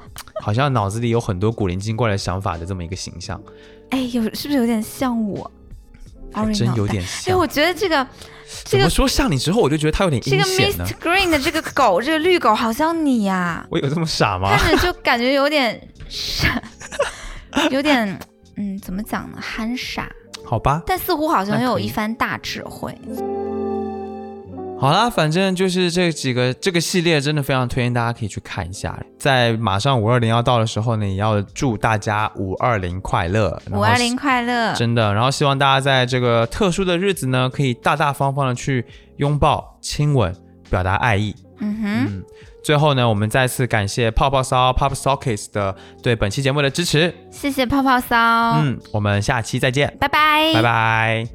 *laughs* 好像脑子里有很多古灵精怪的想法的这么一个形
*laughs*
象，
哎，有是不是有点像我？
还
Ori
真
脑
有
袋
点
哎，
像
我。觉得这个这
怎么
个
说像你之后，我就觉得他有点
这
阴
个
险
Mist
呢？
Green 的这个狗， *laughs* 这个绿狗好像你呀、
我有这么傻吗？ *laughs*
看着就感觉有点傻，有点嗯，怎么讲呢，憨傻，
好吧，
但似乎好像
那
又有
可以
一番大智慧。
好啦，反正就是这几个这个系列真的非常推荐大家可以去看一下。在马上五二零要到的时候呢，也要祝大家五二零快乐，然
五
后
二零快乐，
真的，然后希望大家在这个特殊的日子呢，可以大大方方的去拥抱、亲吻，表达爱意。
嗯哼，
嗯，最后呢，我们再次感谢泡泡骚 Pop Sockets 的对本期节目的支持。
谢谢泡泡骚，
嗯，我们下期再见，
拜哦拜，
拜拜。